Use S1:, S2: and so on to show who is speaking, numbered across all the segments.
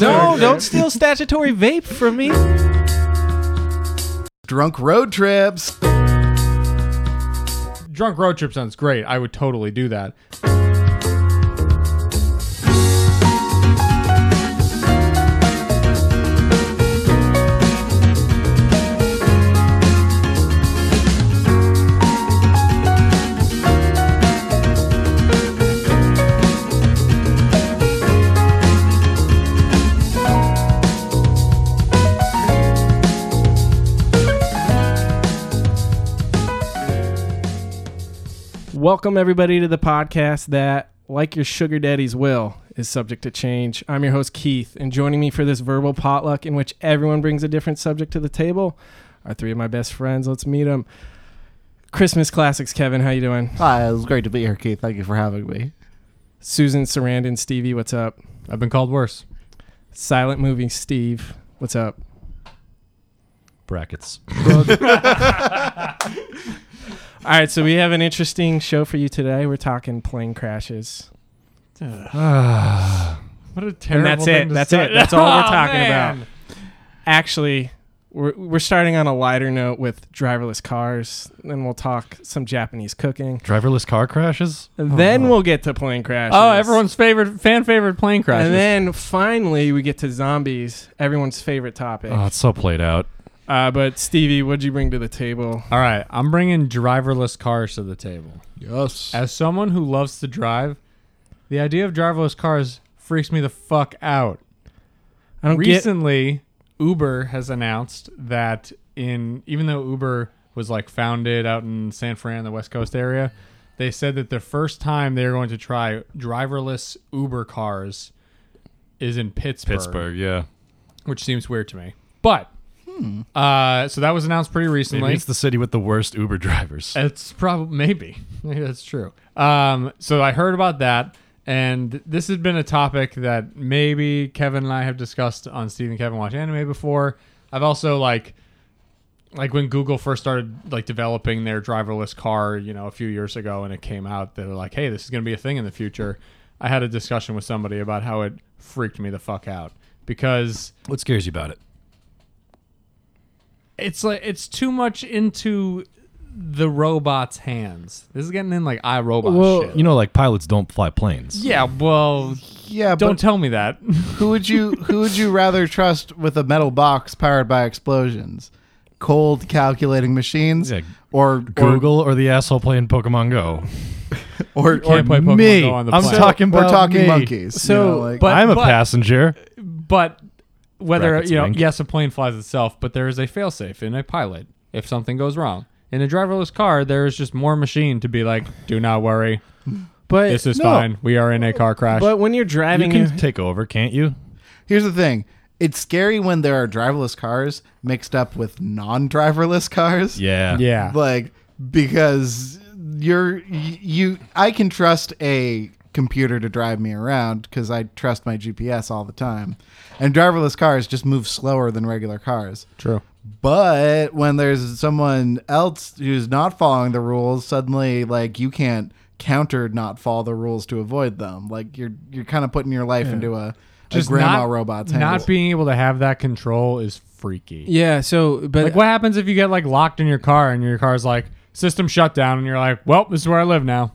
S1: No, don't steal statutory vape from me.
S2: Drunk road trips.
S3: Drunk road trip sounds great. I would totally do that.
S1: Welcome everybody to the podcast that, like your sugar daddy's will, is subject to change. I'm your host Keith, and joining me for this verbal potluck in which everyone brings a different subject to the table are three of my best friends. Let's meet them. Christmas classics, Kevin. How you doing?
S2: Hi, Ah, it was great to be here, Keith. Thank you for having me.
S1: Susan Sarandon, Stevie. What's up?
S3: I've been called worse.
S1: Silent movie, Steve. What's up?
S4: brackets.
S1: All right, so we have an interesting show for you today. We're talking plane crashes.
S3: What a terrible.
S1: and that's
S3: thing
S1: it.
S3: to
S1: That's
S3: start-
S1: it. That's all we're
S3: Oh,
S1: talking
S3: man.
S1: about. Actually, we're, we're starting on a lighter note with driverless cars. Then we'll talk some Japanese cooking.
S4: Driverless car crashes.
S1: Then we'll get to plane crashes.
S3: Oh, everyone's favorite fan favorite plane crashes.
S1: And then finally, we get to zombies, everyone's favorite topic.
S4: Oh, it's so played out.
S1: Uh, but Stevie, what'd you bring to the table?
S3: All right, I'm bringing driverless cars to the table.
S2: Yes.
S3: As someone who loves to drive, the idea of driverless cars freaks me the fuck out.
S1: I don't get.
S3: Recently, Uber has announced that in even though Uber was like founded out in San Fran, the West Coast area, they said that the first time they're going to try driverless Uber cars is in
S4: Pittsburgh, yeah.
S3: which seems weird to me. But uh, so that was announced pretty
S4: Maybe
S3: recently.
S4: it's the city with the worst Uber drivers.
S3: It's probably maybe. Maybe that's true. Um, so I heard about that, and this has been a topic that maybe Kevin and I have discussed on Steve and Kevin Watch Anime before. I've also like, like when Google first started like developing their driverless car, you know, a few years ago, and it came out, they were like, "Hey, this is going to be a thing in the future." I had a discussion with somebody about how it freaked me the fuck out because
S4: What scares you about it?
S3: it's like it's too much into the robot's hands. This is getting in like iRobot
S1: Well,
S3: shit.
S4: Oh, You know, like pilots don't fly planes.
S3: yeah, well,
S2: Yeah,
S3: don't
S2: but
S3: tell me that.
S2: who would you who would you rather trust with a metal box powered by explosions? Cold calculating machines
S4: Yeah.
S2: or
S4: Google or the asshole playing Pokemon Go.
S2: or, or,
S3: can't play Pokemon
S2: me.
S3: Go on the
S4: I'm
S3: plane.
S4: talking
S2: We're
S4: about
S2: talking
S4: me.
S2: monkeys.
S1: So,
S2: you know, like-
S3: but-
S4: I'm a passenger.
S3: But whether
S4: Brackets
S3: you know,
S4: wink.
S3: yes, a plane flies itself, but there is a failsafe in a pilot if something goes wrong. In a driverless car, there is just more machine to be like, "Do not worry,
S1: But
S3: this is
S4: No.
S3: fine. We are in a car crash."
S1: but when you're driving,
S4: You
S1: you
S4: can take over, can't you?
S2: Here's the thing. It's scary when there are driverless cars mixed up with non-driverless cars.
S4: Yeah.
S3: yeah,
S2: Like because you're you I can trust a computer to drive me around cuz I trust my GPS all the time. And driverless cars just move slower than regular cars.
S3: true.
S2: But when there's someone else who's not following the rules, suddenly like you can't counter not follow the rules to avoid them. Like you're you're kind of putting your life into a, a grandma
S3: not,
S2: robot's hands.
S3: not being able to have that control is freaky.
S1: yeah. So, but
S3: Like, what happens if you get like locked in your car and your car's like system shut down and you're like, well, this is where I live now.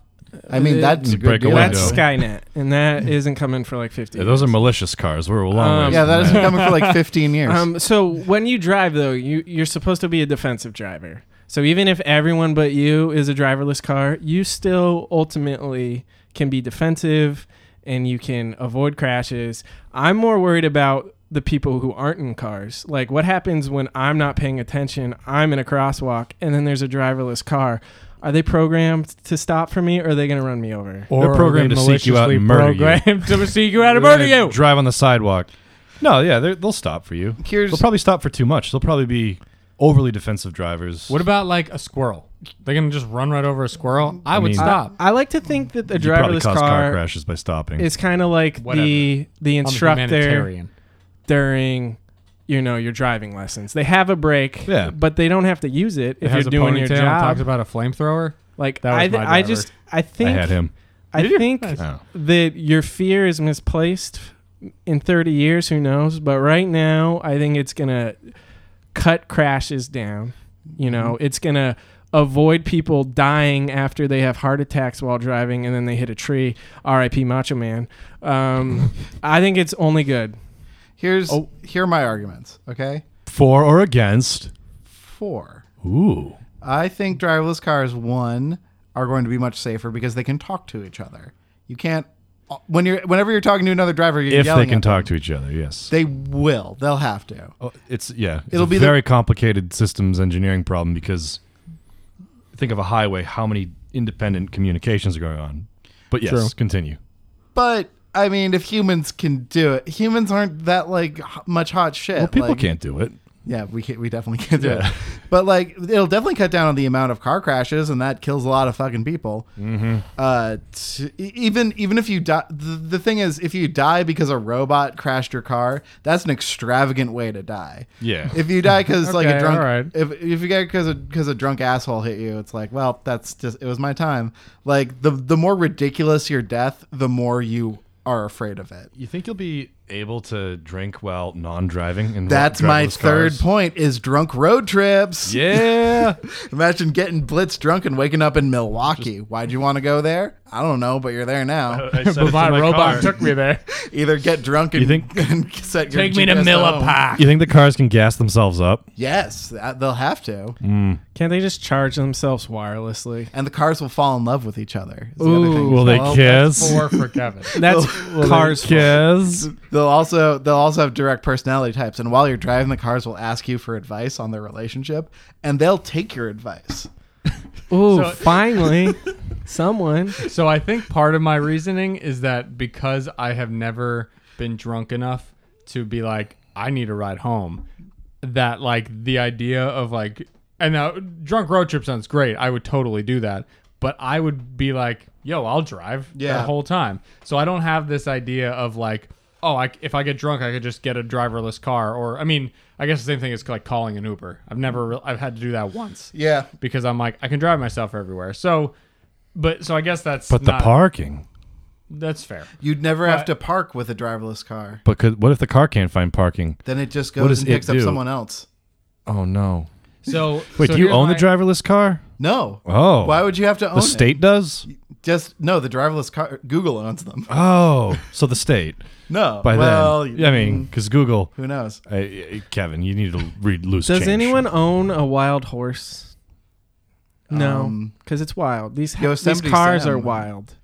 S2: I mean,
S1: Uh,
S2: that's
S4: You
S2: a good
S4: break a
S2: deal.
S1: that's
S4: window.
S1: Skynet, and that isn't coming for like 50.
S4: Yeah, those are malicious cars. We're a long
S1: Um,
S4: ways
S2: yeah,
S4: from
S2: that isn't coming for like 15 years.
S1: Um, so when you drive though, you you're supposed to be a defensive driver. So even if everyone but you is a driverless car, you still ultimately can be defensive and you can avoid crashes. I'm more worried about the people who aren't in cars. Like what happens when I'm not paying attention, I'm in a crosswalk and then there's a driverless car. Are they programmed to stop for me or are they going to run me over?
S3: Or are
S4: programmed
S3: they
S4: to seek you out
S3: maliciously
S4: and murder you.
S3: programmed to seek you out and
S4: They're
S3: murder
S4: gonna
S3: you.
S4: Drive on the sidewalk. No, yeah, they're- they'll stop for you.
S2: Here's-
S4: They'll probably stop for too much. They'll probably be overly defensive drivers.
S3: What about like a squirrel? They're gonna just run right over a squirrel. I, would
S4: mean-
S3: stop.
S1: Uh, I like to think that the
S4: you probably
S1: driverless
S4: cause car
S1: car
S4: crashes by stopping.
S1: is kind of like
S3: Whatever.
S1: the the
S3: I'm a
S1: instructor
S3: humanitarian.
S1: during you know your driving lessons. They have a break,
S4: Yeah.
S1: but they don't have to use it
S3: It
S1: if you're
S3: has a
S1: doing
S3: ponytail
S1: your
S3: and talks
S1: job.
S3: about a flamethrower.
S1: Like
S3: That was
S1: I, th-
S3: my
S1: I
S3: driver.
S1: just I
S4: I
S1: think
S4: had him.
S1: I think
S4: Oh.
S1: that your fear is misplaced in 30 years, who knows? But right now, I think it's going to cut crashes down. You know,
S3: Mm-hmm.
S1: it's going to avoid people dying after they have heart attacks while driving and then they hit a tree. RIP Macho Man. Um, I think it's only good.
S2: Here's
S4: Oh.
S2: here are my arguments. Okay,
S4: For or against?
S2: four.
S4: Ooh.
S2: I think driverless cars one are going to be much safer because they can talk to each other. You can't uh, when you're whenever you're talking to another driver, you're
S4: If
S2: yelling
S4: they can
S2: at
S4: talk to
S2: them.
S4: each other, yes.
S2: They will. They'll have to.
S4: Oh, it's yeah. It's
S2: It'll
S4: It'll
S2: be
S4: be
S2: the-
S4: very complicated systems engineering problem because think of a highway, how many independent communications are going on. But yes,
S3: True.
S4: continue.
S2: But I mean, if humans can do it, humans aren't that like h- much hot shit.
S4: Well, people
S2: like,
S4: can't do it.
S2: Yeah, we can, we definitely can't do
S4: Yeah.
S2: it. But like, it'll definitely cut down on the amount of car crashes, and that kills a lot of fucking people. Mm-hmm. Uh, t- e- even even if you die, the, the thing is, if you die because a robot crashed your car, that's an extravagant way to die.
S4: Yeah.
S2: If you die because like a
S3: Okay,
S2: drunk,
S3: all right.
S2: if if you get because because a drunk asshole hit you, it's like, well, that's just it was my time. Like the the more ridiculous your death, the more you are afraid of it.
S4: You think you'll be able to drink while non-driving? And
S2: That's my third point: is drunk road trips.
S4: Yeah.
S2: Imagine getting blitz drunk and waking up in Milwaukee. Why'd you want to go there? I don't know, but you're there now.
S3: but my, robot took me there.
S2: Either get drunk and,
S4: You think-
S2: and set your
S3: Take me to
S2: GPS
S3: Miller
S2: home.
S3: Park.
S4: You think the cars can gas themselves up?
S2: Yes, that- they'll have to,
S4: Mm.
S1: Can't they just charge themselves wirelessly?
S2: and the cars will fall in love with each other. is the other
S1: Ooh,
S2: thing.
S4: Will they
S3: Well, that's
S4: kiss?
S3: Four for Kevin.
S1: That's cars.
S4: Kiss.
S2: They'll also they'll also have direct personality types, and while you're driving, the cars will ask you for advice on their relationship, and they'll take your advice.
S1: Ooh,
S3: So-
S1: finally, someone.
S3: So I think part of my reasoning is that because I have never been drunk enough to be like, I need a ride home, that like the idea of like, and now drunk road trip sounds great. I would totally do that. But I would be like, yo, I'll drive
S2: Yeah.
S3: the whole time. So I don't have this idea of like, oh, I, if I get drunk, I could just get a driverless car. Or, I mean, I guess the same thing as like calling an Uber. I've never, re- I've had to do that once
S2: Yeah,
S3: because I'm like I can drive myself everywhere. So, but so I guess that's
S4: But the
S3: not-
S4: parking.
S3: that's fair.
S2: you'd never have
S3: But-
S2: to park with a driverless car.
S4: But could, what if the car can't find parking?
S2: Then it just
S4: What
S2: goes
S4: does
S2: and
S4: it
S2: picks up
S4: do?
S2: someone else.
S4: Oh no!
S3: So so
S4: Wait, do you
S3: here's
S4: own
S3: my-
S4: the driverless car?
S2: No.
S4: Oh,
S2: Why would you have to own
S4: the
S2: it?
S4: state does?
S2: Just no, the driverless car. Google owns them.
S4: Oh, so the state
S2: No,
S4: by
S2: well,
S4: then. I mean, because Google.
S2: who knows?
S4: I- I- Kevin, you need to read loose.
S1: Does
S4: change.
S1: anyone own a wild horse? No,
S2: Um,
S1: because it's wild. These these
S2: Yosemite
S1: cars
S2: Sam.
S1: are wild.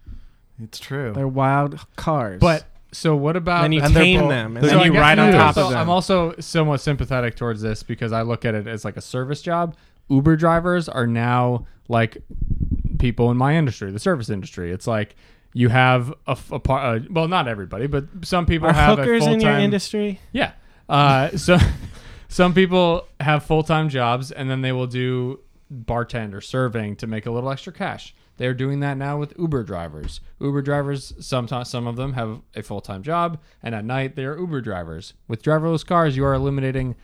S2: It's true.
S1: They're wild cars.
S3: But so what about?
S1: then you
S2: and they're
S1: tame
S2: bo-
S1: them, and
S4: So
S1: then
S4: I
S1: you
S3: guess
S1: ride
S3: I'm
S1: on top
S3: also-
S1: of them.
S3: I'm also somewhat sympathetic towards this because I look at it as like a service job. Uber drivers are now like people in my industry, the service industry. It's like you have a, a part. Well, not everybody, but some people
S1: are
S3: have
S1: hookers in
S3: a
S1: your
S3: full-time-
S1: industry?
S3: Yeah. Uh, so some people have full time jobs and then they will do bartender serving to make a little extra cash. They're doing that now with Uber drivers. Uber drivers, sometimes some of them have a full time job, and at night they are Uber drivers. With driverless cars, you are eliminating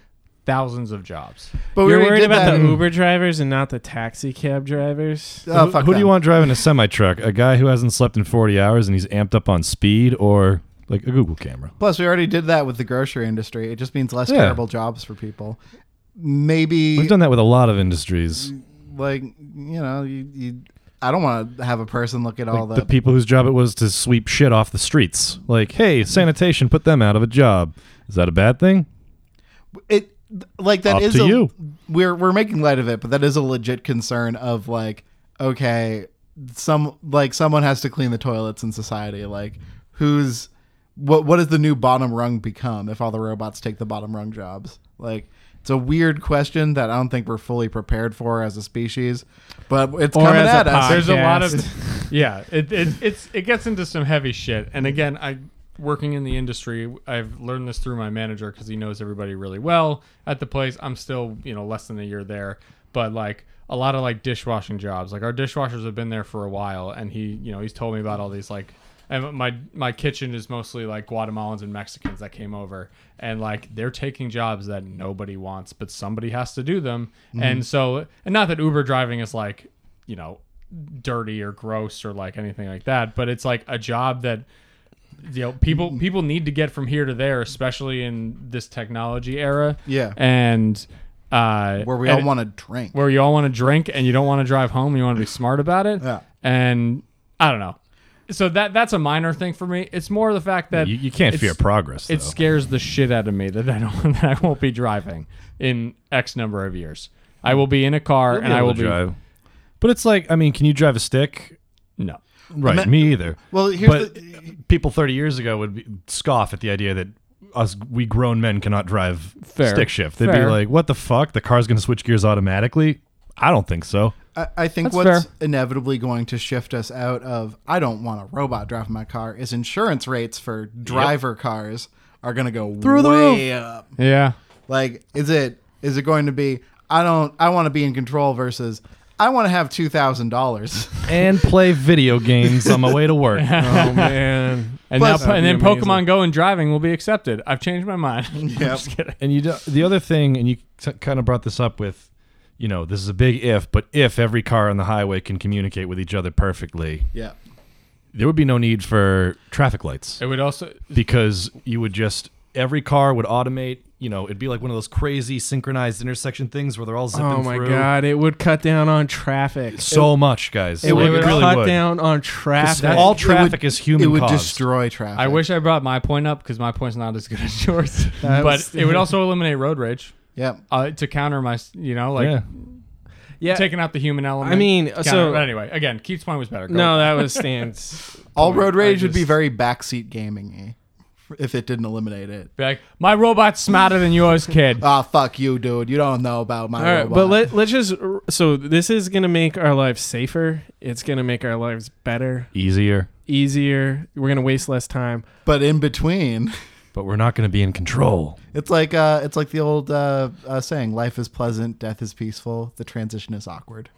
S3: thousands of jobs.
S2: but
S1: You're
S2: already
S1: worried
S2: Oh, did
S1: about
S2: that
S1: the
S2: in-
S1: Uber drivers and not the taxi cab drivers.
S2: Oh,
S4: who
S2: fuck
S4: who do you
S2: them.
S4: want driving a semi truck? A guy who hasn't slept in 40 hours and he's amped up on speed, or like a Google camera?
S2: Plus, we already did that with the grocery industry. It just means less
S4: Yeah.
S2: terrible jobs for people. Maybe
S4: We've done that with a lot of industries.
S2: like you know, you, you I don't want to have a person look at all
S4: Like,
S2: the.
S4: the people whose job it was to sweep shit off the streets. Like, hey, sanitation put them out of a job. Is that a bad thing?
S2: it like that
S4: Up
S2: is
S4: to
S2: a,
S4: you.
S2: We're we're making light of it, but that is a legit concern of like okay, some like someone has to clean the toilets in society. Like who's what what does the new bottom rung become if all the robots take the bottom rung jobs? Like it's a weird question that I don't think we're fully prepared for as a species, but it's
S1: Or
S2: coming
S1: as a
S2: at us.
S1: pod.
S3: There's a lot
S1: Podcast.
S3: of yeah. It, it it's it gets into some heavy shit. And again, I working in the industry, I've learned this through my manager because he knows everybody really well at the place. I'm still you know less than a year there, but like a lot of like dishwashing jobs. Like our dishwashers have been there for a while, and he you know he's told me about all these like. And my my kitchen is mostly like Guatemalans and Mexicans that came over, and like they're taking jobs that nobody wants, but somebody has to do them. And so, and not that Uber driving is like you know dirty or gross or like anything like that but it's like a job that you know,
S2: Mm-hmm.
S3: people people need to get from here to there, especially in this technology era.
S2: Yeah.
S3: and uh,
S2: where we
S3: and-
S2: all want to drink.
S3: where you all want to drink and you don't want to drive home. You want to be smart about it.
S2: Yeah.
S3: And I don't know. So that that's a minor thing for me. It's more the fact that
S4: You, you can't
S3: it's-
S4: fear progress. Though.
S3: It scares the shit out of me that I don't that I won't be driving in X number of years. I will be in a car
S4: You'll be
S3: and I
S4: able
S3: will
S4: to
S3: be
S4: drive. But it's like, I mean, can you drive a stick?
S3: no.
S4: Right,
S2: Ma-
S4: me either.
S2: Well, here's
S4: but
S2: the-
S4: people 30 years ago would be, scoff at the idea that us we grown men cannot drive
S3: Fair.
S4: stick shift. They'd
S3: Fair.
S4: be like, "What the fuck? The car's going to switch gears automatically?" I don't think so.
S2: I, I think
S3: That's
S2: what's
S3: fair.
S2: inevitably going to shift us out of I don't want a robot driving my car is insurance rates for driver cars are going to go through
S4: the
S2: way up.
S3: Yeah.
S2: Like, is it is it going to be I don't I want to be in control versus I want to have two thousand dollars.
S4: And play video games on my way to work.
S1: Oh man.
S3: And
S2: Plus-
S3: now, and then
S1: That'd be amazing.
S3: Pokemon Go and driving will be accepted. I've changed my mind.
S2: Yep.
S4: And you do, the other thing, and you t- kind of brought this up with, you know, this is a big if, but if every car on the highway can communicate with each other perfectly,
S2: yeah.
S4: there would be no need for traffic lights.
S3: It would also
S4: because you would just every car would automate. You know, it'd be like one of those crazy synchronized intersection things where they're all zipping
S1: Oh my
S4: through.
S1: god, it would cut down on traffic.
S4: So much, guys.
S1: it would
S3: would
S4: really
S1: cut
S4: would.
S1: down on
S4: 'Cause
S1: traffic.
S4: all
S2: It
S4: traffic is human
S2: It would
S4: caused.
S2: destroy traffic.
S3: I wish I brought my point up because my point's not as good as yours.
S1: That
S3: but
S1: was-
S3: it would also eliminate road rage
S2: Yep.
S3: uh, to counter my, s- you know, like
S4: yeah.
S1: yeah.
S3: taking out the human element.
S1: I mean, uh,
S3: counter-
S1: so-
S3: but anyway, again, Keith's point was better. Go.
S1: no, that was Stan's.
S2: All road rage would be
S3: just-
S2: very backseat gaming y if it didn't eliminate it.
S3: be like my robot's smarter than yours, kid.
S2: Ah, fuck you, dude. You don't know about my
S1: All right,
S2: robot.
S1: but let, let's just. So this is gonna make our lives safer. It's gonna make our lives better,
S4: Easier,
S1: easier. We're gonna waste less time.
S2: but in between
S4: but we're not going to be in control.
S2: It's like uh, it's like the old uh, uh, saying: "Life is pleasant, death is peaceful, the transition is awkward."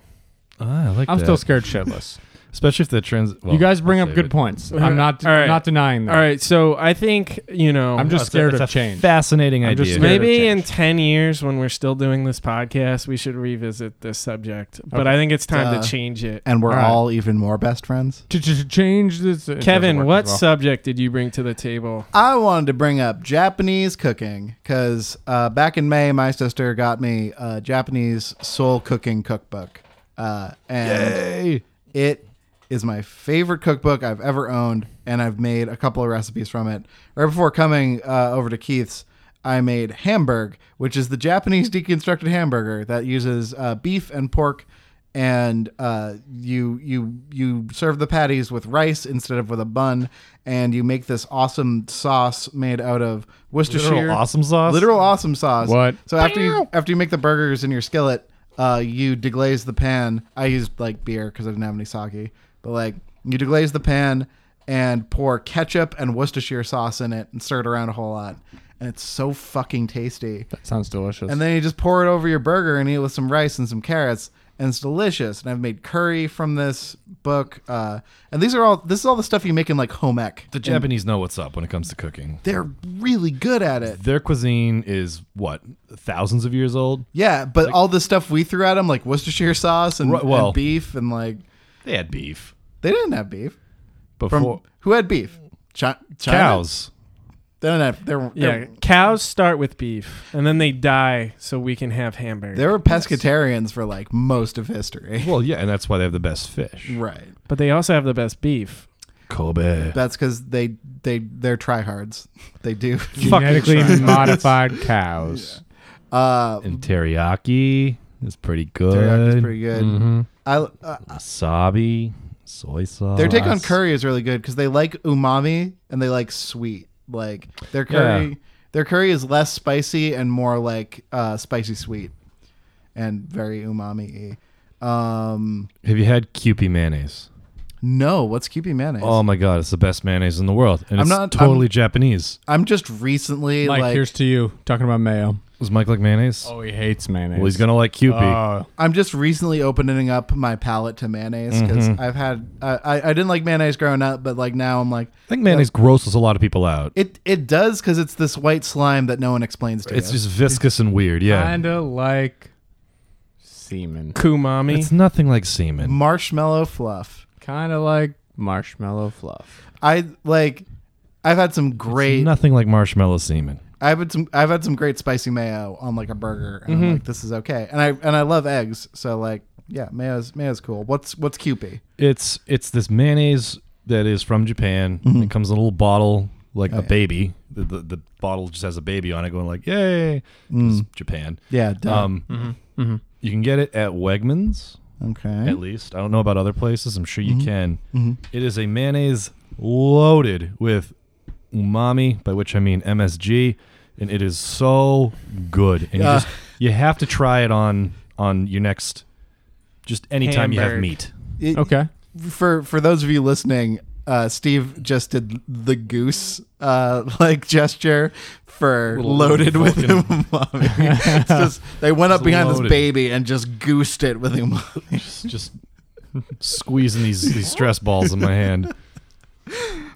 S4: Ah, I like
S3: I'm
S4: that.
S3: still scared shitless.
S4: especially if the trans. Well,
S3: you guys bring
S4: I'll
S3: up
S4: save
S3: good
S4: it.
S3: points.
S1: Uh,
S3: I'm not
S1: all right.
S3: not denying that.
S1: All right, so I think you know.
S3: I'm
S4: No,
S3: just
S4: it's a-
S3: scared
S4: it's
S3: of
S4: a
S3: change.
S4: Fascinating
S3: I'm just
S4: idea.
S3: scared.
S1: Maybe
S3: It'll
S1: in 10 years when we're still doing this podcast, we should revisit this subject. But I think it's time
S2: Duh.
S1: to change it.
S2: And we're
S3: All right.
S2: all even more best friends.
S3: To, to, to change this, it doesn't
S1: Kevin,
S3: work
S1: what
S3: as well.
S1: subject did you bring to the table?
S2: I wanted to bring up Japanese cooking because uh, back in May, my sister got me a Japanese soul cooking cookbook, uh, and
S4: Hey,
S2: it is my favorite cookbook I've ever owned, and I've made a couple of recipes from it. Right before coming uh, over to Keith's, I made hamburg, which is the Japanese deconstructed hamburger that uses uh, beef and pork, and uh, you you you serve the patties with rice instead of with a bun, and you make this awesome sauce made out of Worcestershire
S4: literal awesome sauce.
S2: Literal awesome sauce.
S3: What?
S2: So after you after you make the burgers in your skillet, uh, you deglaze the pan. I used like beer because I didn't have any sake, but like you deglaze the pan and pour ketchup and Worcestershire sauce in it and stir it around a whole lot, and it's so fucking tasty.
S3: That sounds delicious.
S2: And then you just pour it over your burger and eat it with some rice and some carrots, and it's delicious. And I've made curry from this book, uh, and these are all this is all the stuff you make in like home ec.
S4: The Japanese know what's up when it comes to cooking.
S2: They're really good at it.
S4: Their cuisine is what thousands of years old.
S2: Yeah, but all the stuff we threw at them, like Worcestershire sauce and,
S4: Right, well-
S2: and beef, and like
S4: They had beef
S2: they didn't have beef.
S4: before
S2: From who had beef? Chi- China?
S4: cows.
S2: They don't have. They're,
S1: Yeah,
S2: they're,
S1: cows start with beef, and then they die, so we can have hamburgers.
S2: they were pescatarians for like most of history.
S4: Well, yeah, and that's why they have the best fish.
S2: right.
S1: but they also have the best beef.
S4: Kobe.
S2: That's because they they they're tryhards. They do.
S3: genetically
S2: fucking try.
S3: modified cows.
S2: Uh,
S4: And teriyaki is pretty good.
S2: teriyaki is pretty good. I, uh,
S4: Wasabi, soy sauce.
S2: their take on curry is really good because they like umami and they like sweet. Like their curry,
S4: Yeah.
S2: their curry is less spicy and more like uh, spicy sweet, and very umami. Um,
S4: Have you had Kewpie mayonnaise?
S2: no, what's keeping mayonnaise?
S4: Oh my god, it's the best mayonnaise in the world, and
S2: I'm
S4: it's
S2: not-
S4: totally Japanese.
S2: I'm just recently
S3: Mike,
S2: like
S3: here's to you talking about mayo.
S4: Does Mike like mayonnaise?
S3: Oh, he hates mayonnaise.
S4: well, he's gonna like Kewpie.
S3: Oh.
S2: I'm just recently opening up my palate to mayonnaise because
S4: Mm-hmm.
S2: I've had I I, I didn't like mayonnaise growing up, but like now I'm like
S4: I think mayonnaise grosses a lot of people out.
S2: it it does because it's this white slime that no one explains to
S4: It's
S2: you.
S4: just viscous and weird. Yeah,
S3: kind of like semen.
S1: Kumami.
S4: it's nothing like semen.
S2: marshmallow fluff.
S3: Kind of like marshmallow fluff.
S2: I like I've had some great.
S4: Nothing like marshmallow semen.
S2: I've had some. I've had some great spicy mayo on like a burger, and I'm like, this is okay. And I and I love eggs, so like, yeah, mayo's mayo's cool. What's what's QP?
S4: It's it's this mayonnaise that is from Japan. It comes in a little bottle, like a baby. The, the the bottle just has a baby on it, going like, "Yay!" 'cause Japan.
S2: Yeah, duh.
S4: Um, you can get it at Wegmans.
S2: okay.
S4: at least. I don't know about other places. I'm sure you can. It is a mayonnaise loaded with umami, by which I mean MSG, and it is so good. And you, just, you have to try it on on your next, just anytime you have
S1: Hamburg.
S4: meat.
S2: It-
S3: Okay.
S2: for for those of you listening, uh, Steve just did the goose uh, like gesture for
S4: Little-
S2: loaded
S4: little
S2: with
S4: Vulcan.
S2: umami. it's just they went up
S4: It's
S2: behind
S4: loaded.
S2: this baby and just goosed it with umami.
S4: Just, just squeezing these these stress balls in my hand.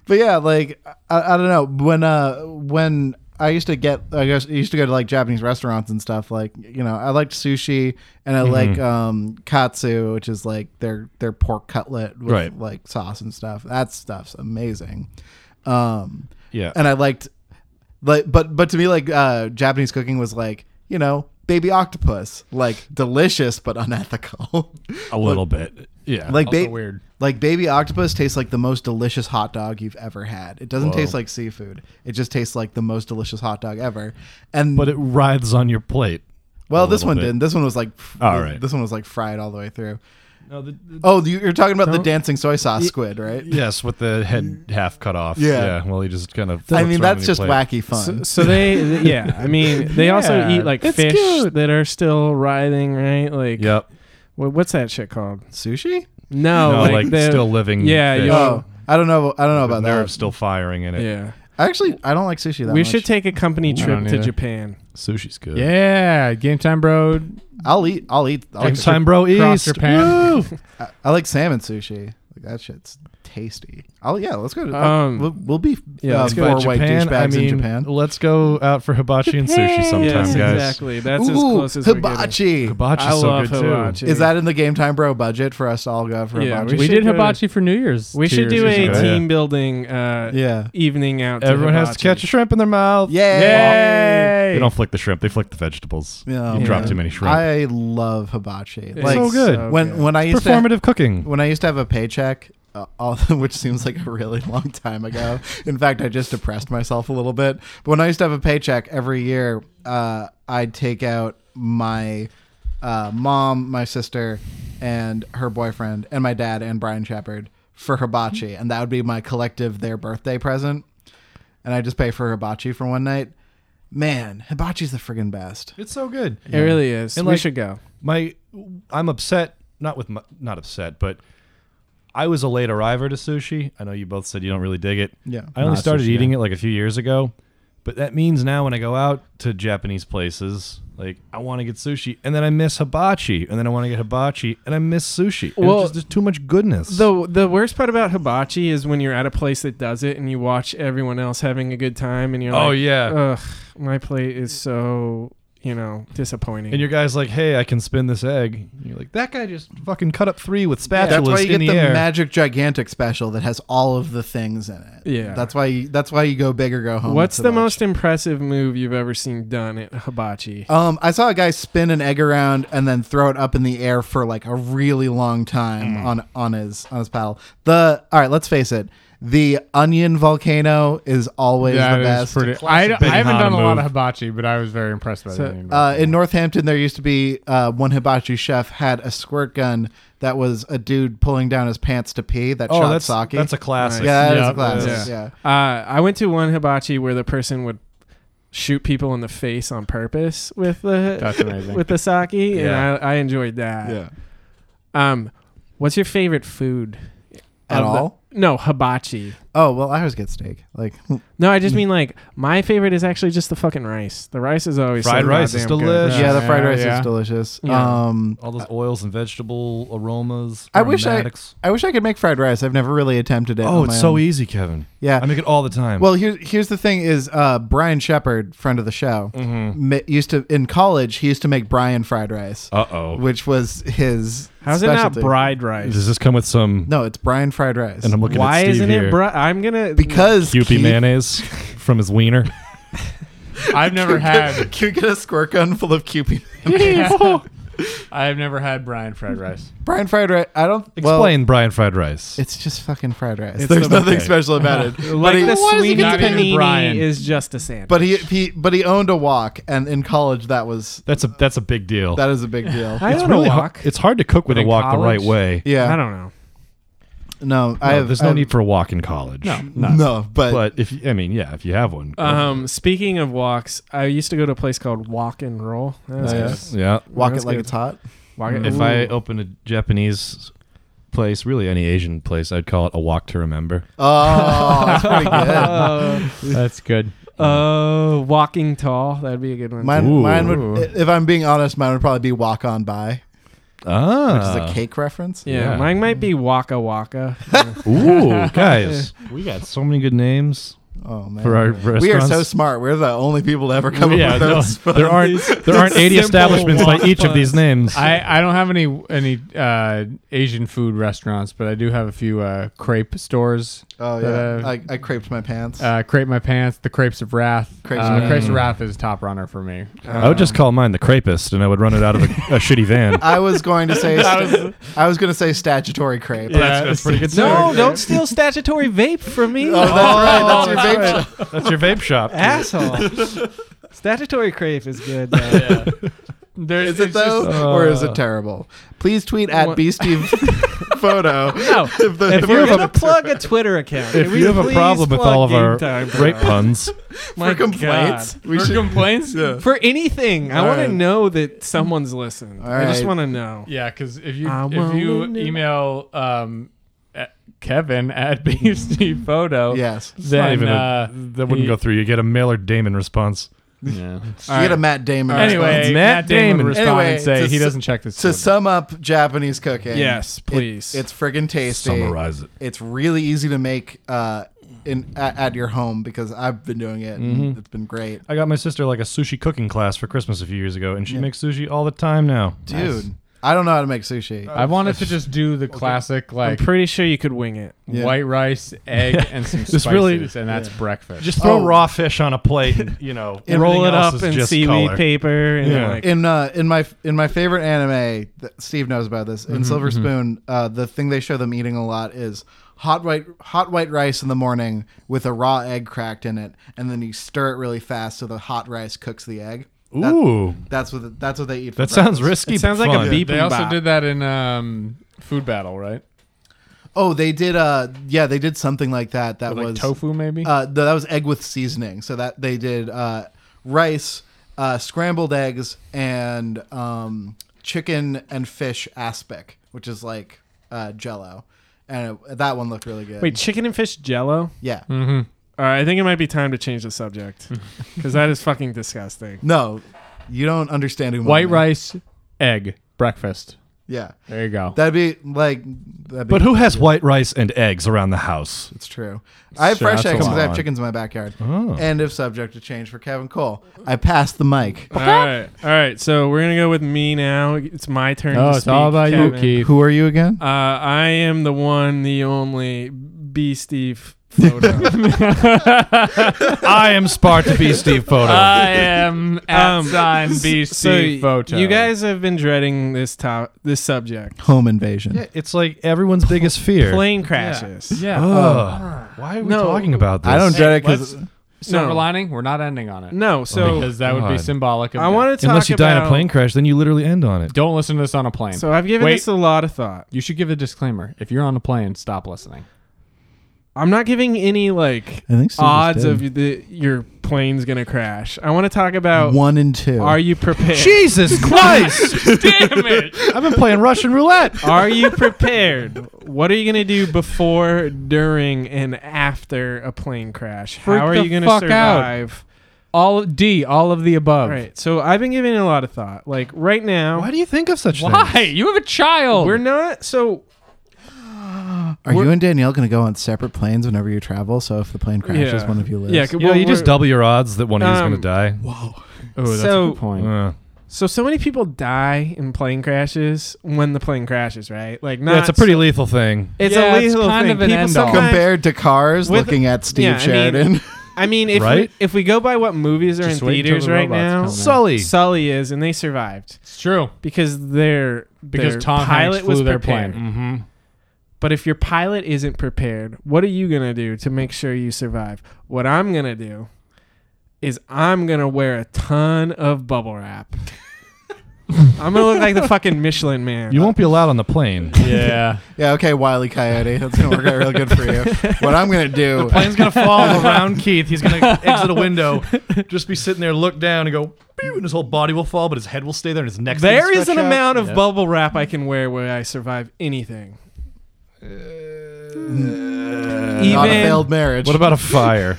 S2: but yeah, like I, I don't know when uh when I used to get I guess I used to go to like Japanese restaurants and stuff like you know I liked sushi and I like um katsu which is like their their pork cutlet with
S4: Right.
S2: like sauce and stuff that stuff's amazing um
S4: Yeah.
S2: and I liked like but but to me like uh Japanese cooking was like you know baby octopus like delicious but unethical
S4: a little bit. Yeah.
S2: like
S3: Also
S2: ba-
S3: weird.
S2: Like baby octopus tastes like the most delicious hot dog you've ever had. It doesn't
S4: Whoa.
S2: taste like seafood. It just tastes like the most delicious hot dog ever. And
S4: but it writhes on your plate.
S2: well,
S4: a
S2: this
S4: little
S2: one
S4: bit.
S2: didn't. This one was like f-
S4: All right.
S2: This one was like fried all the way through.
S4: No, the,
S2: Oh, you- you're talking about the
S4: No.
S2: dancing soy sauce squid, right?
S4: yes, with the head half cut off.
S2: Yeah.
S4: well, he just kind of.
S2: I
S4: flips
S2: mean,
S4: around on
S2: that's
S4: your
S2: just
S4: plate.
S2: wacky fun.
S1: So, so they, th- yeah, I mean, they also
S3: Yeah,
S1: eat like
S3: it's
S1: fish
S3: cute.
S1: that are still writhing, right? Like,
S4: Yep.
S1: wha- what's that shit called?
S2: Sushi?
S1: No,
S4: no,
S1: Oh, like,
S4: like,
S1: the-
S4: still living.
S1: Yeah,
S4: fish
S1: you-
S2: Oh, I don't know. I don't know
S4: with
S2: about
S4: nerves
S2: that.
S4: still firing in it.
S1: yeah.
S2: Actually, I don't like sushi that
S1: We
S2: much.
S1: should take a company
S3: I don't
S1: trip to
S3: either.
S1: Japan.
S4: Sushi's good.
S3: Yeah. Game time, bro.
S2: I'll eat. I'll eat. I'll
S4: Next
S2: eat
S4: time, bro.
S3: Cross
S4: East.
S3: your pan.
S2: I, I like salmon sushi. Like that shit's tasty. I'll yeah. Let's go to.
S1: Um,
S2: we'll, we'll be
S1: yeah,
S2: uh,
S1: let's
S2: four white douchebags
S4: I mean,
S2: in Japan.
S4: Let's go out for hibachi and sushi sometime,
S1: yes,
S4: guys.
S1: exactly. That's as
S2: Ooh,
S1: close as we're getting.
S2: hibachi.
S4: Hibachi's
S1: I
S4: so
S1: love
S4: good
S1: hibachi.
S4: too.
S2: Is that in the game time bro budget for us to all go for
S1: Yeah,
S2: hibachi?
S1: We
S3: We
S1: should
S3: did
S1: go to-
S3: hibachi for New Year's.
S1: We
S3: two
S1: should do
S3: years
S1: a
S3: ago.
S4: Yeah.
S1: team building uh,
S2: yeah.
S1: evening out. to
S4: Everyone has to
S1: hibachi.
S4: catch a shrimp in their mouth.
S2: Yay!
S4: They don't flick the shrimp. They flick the vegetables.
S2: Yeah.
S4: you
S1: Yeah.
S4: drop too many shrimp.
S2: I love hibachi.
S1: It's
S2: like
S4: so good.
S2: when when I used to
S4: Performative cooking.
S2: when I used to have a paycheck, uh, all, which seems like a really long time ago. In fact, I just depressed myself a little bit. But when I used to have a paycheck every year, uh, I'd take out my uh, mom, my sister, and her boyfriend, and my dad, and Brian Shepard for hibachi, and that would be my collective their birthday present. And I just pay for hibachi for one night. Man, hibachi's the friggin' best.
S4: It's so good.
S1: It really is.
S4: And,
S1: we
S4: like-
S1: should go.
S4: my I'm upset not with my, not upset but I was a late arriver to sushi. I know you both said you don't really dig it.
S2: Yeah.
S4: I only
S3: Not
S4: started
S3: sushi,
S4: eating
S3: yeah.
S4: it like a few years ago. But that means now when I go out to Japanese places, like I want to get sushi and then I miss hibachi and then I want to get hibachi and I miss sushi. And it's
S1: Well,
S4: just, there's too much goodness.
S1: The the worst part about hibachi is when you're at a place that does it and you watch everyone else having a good time and you're
S4: oh
S1: like,
S4: yeah.
S1: ugh, my plate is so you know disappointing.
S4: and your guy's like, "Hey, I can spin this egg." And you're like, "That guy just fucking cut up three with spatulas
S2: That's why you
S4: in
S2: get the,
S4: the, air."
S2: magic gigantic special that has all of the things in it.
S1: Yeah.
S2: that's why. You, that's why you go big or go home.
S1: What's
S2: with
S1: the
S2: hibachi.
S1: most impressive move you've ever seen done at hibachi?
S2: Um, I saw a guy spin an egg around and then throw it up in the air for like a really long time on on his on his paddle. The all right, let's face it, the onion volcano is always
S3: That
S2: the
S3: is
S2: best.
S3: pretty- I, don't- I
S4: Benihana
S3: haven't done a lot
S4: move.
S3: of hibachi, but I was very impressed by
S1: So,
S3: that.
S2: Uh, in Northampton, there used to be uh, one hibachi chef had a squirt gun that was a dude pulling down his pants to pee that
S4: oh,
S2: shot
S4: that's
S2: sake.
S4: that's a classic.
S2: yeah, that is
S3: Yeah.
S2: a classic.
S1: Yeah.
S2: yeah.
S1: Uh, I went to one hibachi where the person would shoot people in the face on purpose with the
S3: That's amazing.
S1: with the sake,
S4: Yeah.
S1: and I, I enjoyed that.
S2: Yeah.
S1: Um, what's your favorite food?
S2: At
S1: Of the-
S2: all?
S1: No, hibachi.
S2: Oh well, I always get steak. Like
S1: No, I just mean like my favorite is actually just the fucking rice. The rice is always so
S4: Fried rice is
S1: goddamn good.
S4: delicious.
S2: yeah, the fried
S3: Yeah,
S2: rice
S3: yeah.
S2: is delicious.
S1: Yeah.
S2: Um,
S4: all those oils and vegetable aromas.
S2: I wish I- I wish I could make fried rice. I've never really attempted it.
S4: Oh,
S2: on my
S4: it's so
S2: own.
S4: easy, Kevin.
S2: Yeah.
S4: I make it all the time.
S2: Well, here's here's the thing: is uh, Brian Shepard, friend of the show, ma- used to in college he used to make Brian fried rice,
S4: uh oh.
S2: which was his.
S1: How's it
S2: specialty.
S1: not fried rice?
S4: Does this come with some?
S2: No, it's Brian fried rice.
S4: And I'm looking
S1: Why
S4: at Steve
S1: isn't
S4: here.
S1: it bri- I'm gonna
S2: because
S4: Kewpie
S2: Keith-
S4: mayonnaise from his wiener.
S3: I've never had.
S2: Can we get a squirt gun full of Kewpie?
S3: I've never had Brian fried rice.
S2: Brian fried rice. I don't well,
S4: Explain Brian fried rice.
S2: It's just fucking fried rice.
S1: It's
S2: There's
S1: the-
S2: nothing
S4: okay.
S2: special about it.
S1: like
S2: he-
S1: the
S3: Why does he
S1: sweet
S3: get to be
S1: panini
S3: Brian?
S1: is just a sandwich.
S2: But he, he but he owned a walk, and in college that was
S4: that's a that's a big deal.
S2: that is a big deal.
S1: I
S4: it's
S1: own a
S4: really
S1: wok.
S4: Hard, it's hard to cook with
S3: But
S4: a
S3: in
S4: wok the
S3: college?
S4: right way.
S2: yeah,
S1: I don't know.
S2: no, I
S4: No,
S2: have.
S4: there's
S2: I
S4: no
S2: have-
S4: need for a wok in college.
S3: No,
S2: No, but,
S4: But if I mean, yeah, if you have one,
S1: Um, speaking of walks, I used to go to a place called Walk and Roll. That was
S2: Oh, yeah.
S1: good.
S4: yeah.
S2: walk
S1: that's
S2: it like
S1: good.
S2: it's hot.
S1: Walk and-
S4: If I
S1: Ooh.
S4: open a Japanese place, really any Asian place, I'd call it a walk to remember.
S2: Oh, that's pretty good.
S1: uh,
S3: That's good.
S1: uh, walking tall. That'd be a good one.
S2: Mine,
S4: Ooh.
S2: mine would. If I'm being honest, mine would probably be walk on by, which
S4: Ah,
S2: is a cake reference.
S1: yeah,
S4: yeah.
S1: mine might be Waka Waka.
S4: Ooh, guys, we got so many good names
S2: Oh man,
S4: for our restaurants.
S2: we are so smart. We're the only people to ever come
S4: Yeah,
S2: up with
S4: no,
S2: those.
S4: there aren't there aren't 80
S1: Simple
S4: establishments by
S1: walk
S4: each of these names.
S3: I, I don't have any any uh, Asian food restaurants, but I do have a few uh, crepe stores.
S2: Oh yeah,
S3: Uh,
S2: I, I craped my pants.
S3: Uh, crepe my pants, the crepes of wrath.
S2: Crepes
S3: uh,
S2: of Wrath.
S3: crepes of wrath is top runner for me. Uh,
S4: I would just call mine the crapist, and I would run it out of a, a shitty van.
S2: I was going to say, I was going to say statutory crepe.
S3: that's- that's pretty good.
S1: no, don't steal statutory vape from me.
S2: Oh, that's right. That's your vape. shop.
S4: That's your vape shop.
S1: asshole. statutory crave is good. though.
S3: There,
S2: Is it
S3: it's just-
S2: though,
S4: just-
S2: or is it terrible? Please tweet at
S1: uh, What-
S2: beastie photo.
S1: No,
S2: If, the,
S1: if
S2: the
S1: you're
S2: version-
S1: gonna plug a Twitter account,
S4: If
S1: can
S4: you
S1: we
S4: have a
S1: please
S4: problem with
S1: plug
S4: all of
S1: Game
S4: our
S1: Time Pro?
S4: rape puns,
S1: My
S2: for complaints,
S1: God.
S2: we
S3: for
S2: should.
S3: complaints.
S2: yeah.
S1: for anything, I
S2: All
S1: want
S2: right.
S1: to know that someone's listened.
S2: All
S1: I just
S2: right.
S1: want to know.
S3: Yeah, because if you
S1: I
S3: if you
S1: wanna know.
S3: email um, at Kevin at beastie photo,
S2: Yes.
S4: it's not
S3: then
S4: even a-
S3: uh,
S4: that wouldn't go through. You get a Miller Damon response.
S3: Yeah.
S2: You get a Matt Damon.
S3: Anyway,
S2: response.
S3: Matt,
S4: Matt
S3: Damon,
S4: Damon.
S3: would respond
S2: Anyway,
S3: and say
S2: to
S3: he
S2: s-
S3: doesn't check this.
S2: to
S3: photo.
S2: sum up Japanese cooking.
S1: Yes,
S2: it-
S1: please.
S2: it's friggin' tasty.
S4: Summarize it.
S2: It's really easy to make uh, in at, at your home because I've been doing it.
S1: Mm-hmm.
S2: and It's been great,
S4: I got my sister like a sushi cooking class for Christmas a few years ago, and she
S2: Yeah.
S4: makes sushi all the time now.
S2: dude. I don't know how to make sushi.
S3: I wanted to just do the classic
S1: I'm
S3: like
S1: pretty sure you could wing it.
S2: Yeah.
S3: white rice, egg, and some
S4: This
S3: spices,
S4: really-
S3: and that's breakfast.
S4: Just throw
S2: Oh.
S4: raw fish on a plate, and, you know,
S1: Roll
S4: everything
S1: it
S4: else
S1: up
S4: is
S1: in
S4: just
S1: seaweed
S4: color.
S1: paper and
S4: Yeah.
S1: like
S2: in uh, in my in my favorite anime, that Steve knows about this. In Silver Spoon, uh, the thing they show them eating a lot is hot white hot white rice in the morning with a raw egg cracked in it, and then you stir it really fast so the hot rice cooks the egg. That-
S4: Ooh,
S2: that's what that's what they eat. for
S4: that sounds
S2: breakfast.
S4: risky.
S1: It sounds
S4: but
S1: like a
S4: fun.
S1: beep.
S3: they also
S1: bop.
S3: did that in um, Food Battle, right?
S2: Oh, they did. Uh, yeah, they did something like that. That
S3: With, like
S2: was
S3: tofu, maybe.
S2: Uh, no, that was egg with seasoning. So that they did uh, rice, uh, scrambled eggs, and um, chicken and fish aspic, which is like uh, Jello, and it, that one looked really good.
S1: wait, chicken and fish jello.
S2: yeah,
S3: mm-hmm.
S1: All right, I think it might be time to change the subject because that is fucking disgusting.
S2: no, you don't understand umami.
S3: White rice, egg, breakfast.
S2: Yeah,
S3: There you go.
S2: that'd be like. That'd be,
S4: But who has white rice and eggs around the house?
S2: It's true. I have
S4: Sure,
S2: fresh
S4: that's a
S2: eggs because I have
S4: lot.
S2: chickens in my backyard.
S4: Oh.
S2: End of subject to change for Kevin Cole. I passed the mic.
S1: All right, all right. So we're gonna go with me now. It's my turn.
S3: oh,
S1: to
S3: it's all
S1: speak,
S3: about
S1: Kevin.
S3: you, Keith.
S2: Who are you again?
S1: Uh, I am the one, the only B. Steve. Photo.
S4: I am Sparta B. Steve Photo.
S3: I am at
S1: Um,
S3: sign BC
S1: so
S3: photo.
S1: you guys have been dreading this top, this subject.
S2: Home invasion.
S4: Yeah, it's like everyone's biggest fear.
S1: Plane crashes.
S3: yeah.
S4: Ugh. Why are we
S1: No.
S4: talking about this?
S2: I don't dread it
S3: let's-
S2: because
S3: Silver
S1: No.
S3: lining. We're not ending on it.
S1: No, so
S3: because that would be
S4: God.
S3: symbolic. Of
S1: I want to talk
S4: Unless you
S1: about,
S4: die in a plane crash, then you literally end on it.
S3: Don't listen to this on a plane.
S1: So I've given
S3: Wait.
S1: this a lot of thought.
S3: you should give a disclaimer. If you're on a plane, stop listening.
S1: I'm not giving any like
S2: I think Steve is
S1: odds
S2: dead.
S1: of the, your plane's gonna crash. I want to talk about
S2: one and two.
S1: are you prepared?
S4: Jesus Christ!
S3: Damn it!
S4: I've been playing Russian roulette.
S1: Are you prepared? What are you gonna do before, during, and after a plane crash?
S3: Freak
S1: How are
S3: the
S1: you gonna
S3: fuck out.
S1: survive?
S3: All D. All of the above.
S1: All right. So I've been giving it a lot of thought. Like right now,
S4: Why do you think of such
S3: Why?
S4: things?
S3: You have a child.
S1: we're not. So
S2: Are
S1: We're-
S2: you and Danielle going to go on separate planes whenever you travel? So if the plane crashes,
S1: Yeah.
S2: one of you lives.
S1: yeah, c-
S4: You know,
S1: well,
S4: you just
S1: we're-
S4: double your odds that one of you is
S1: Um,
S4: going to die.
S3: oh, that's
S1: So-
S3: a good point.
S4: Uh,
S1: So so many people die in plane crashes when the plane crashes, right? Like not
S4: yeah, it's a pretty lethal thing.
S1: It's a
S3: Yeah, it's
S1: lethal
S3: kind
S1: thing.
S3: of an
S1: people
S3: end all.
S1: sometimes,
S2: Compared to cars,
S1: With-
S2: looking at Steve
S1: yeah, I mean-
S2: Sheridan.
S1: I mean, if
S4: Right?
S1: we, if we go by what movies are
S3: Just
S1: in
S3: wait until
S1: theaters
S3: the
S1: right
S3: robots
S1: now,
S3: come.
S4: Sully.
S1: Sully is, and they survived
S3: It's true.
S1: because their
S3: Because
S1: their
S3: Tom
S1: pilot
S3: Hanks
S1: was
S3: flew their
S1: prepared.
S3: plane.
S4: Mm-hmm.
S1: But if your pilot isn't prepared, what are you gonna do to make sure you survive? What I'm gonna do is I'm gonna wear a ton of bubble wrap. I'm gonna look like the fucking Michelin man.
S4: You won't be allowed on the plane.
S3: Yeah.
S2: yeah, okay, Wiley Coyote. That's gonna work out real good for you. What I'm gonna do?
S4: plane's gonna fall around Keith. He's gonna exit a window, just be sitting there, look down, and go. "Pew," And his whole body will fall, but his head will stay there, and his neck.
S1: there is an
S4: out.
S1: amount of
S4: Yeah.
S1: bubble wrap I can wear where I survive anything.
S2: uh, not a
S1: even-
S2: failed marriage.
S4: What about a fire?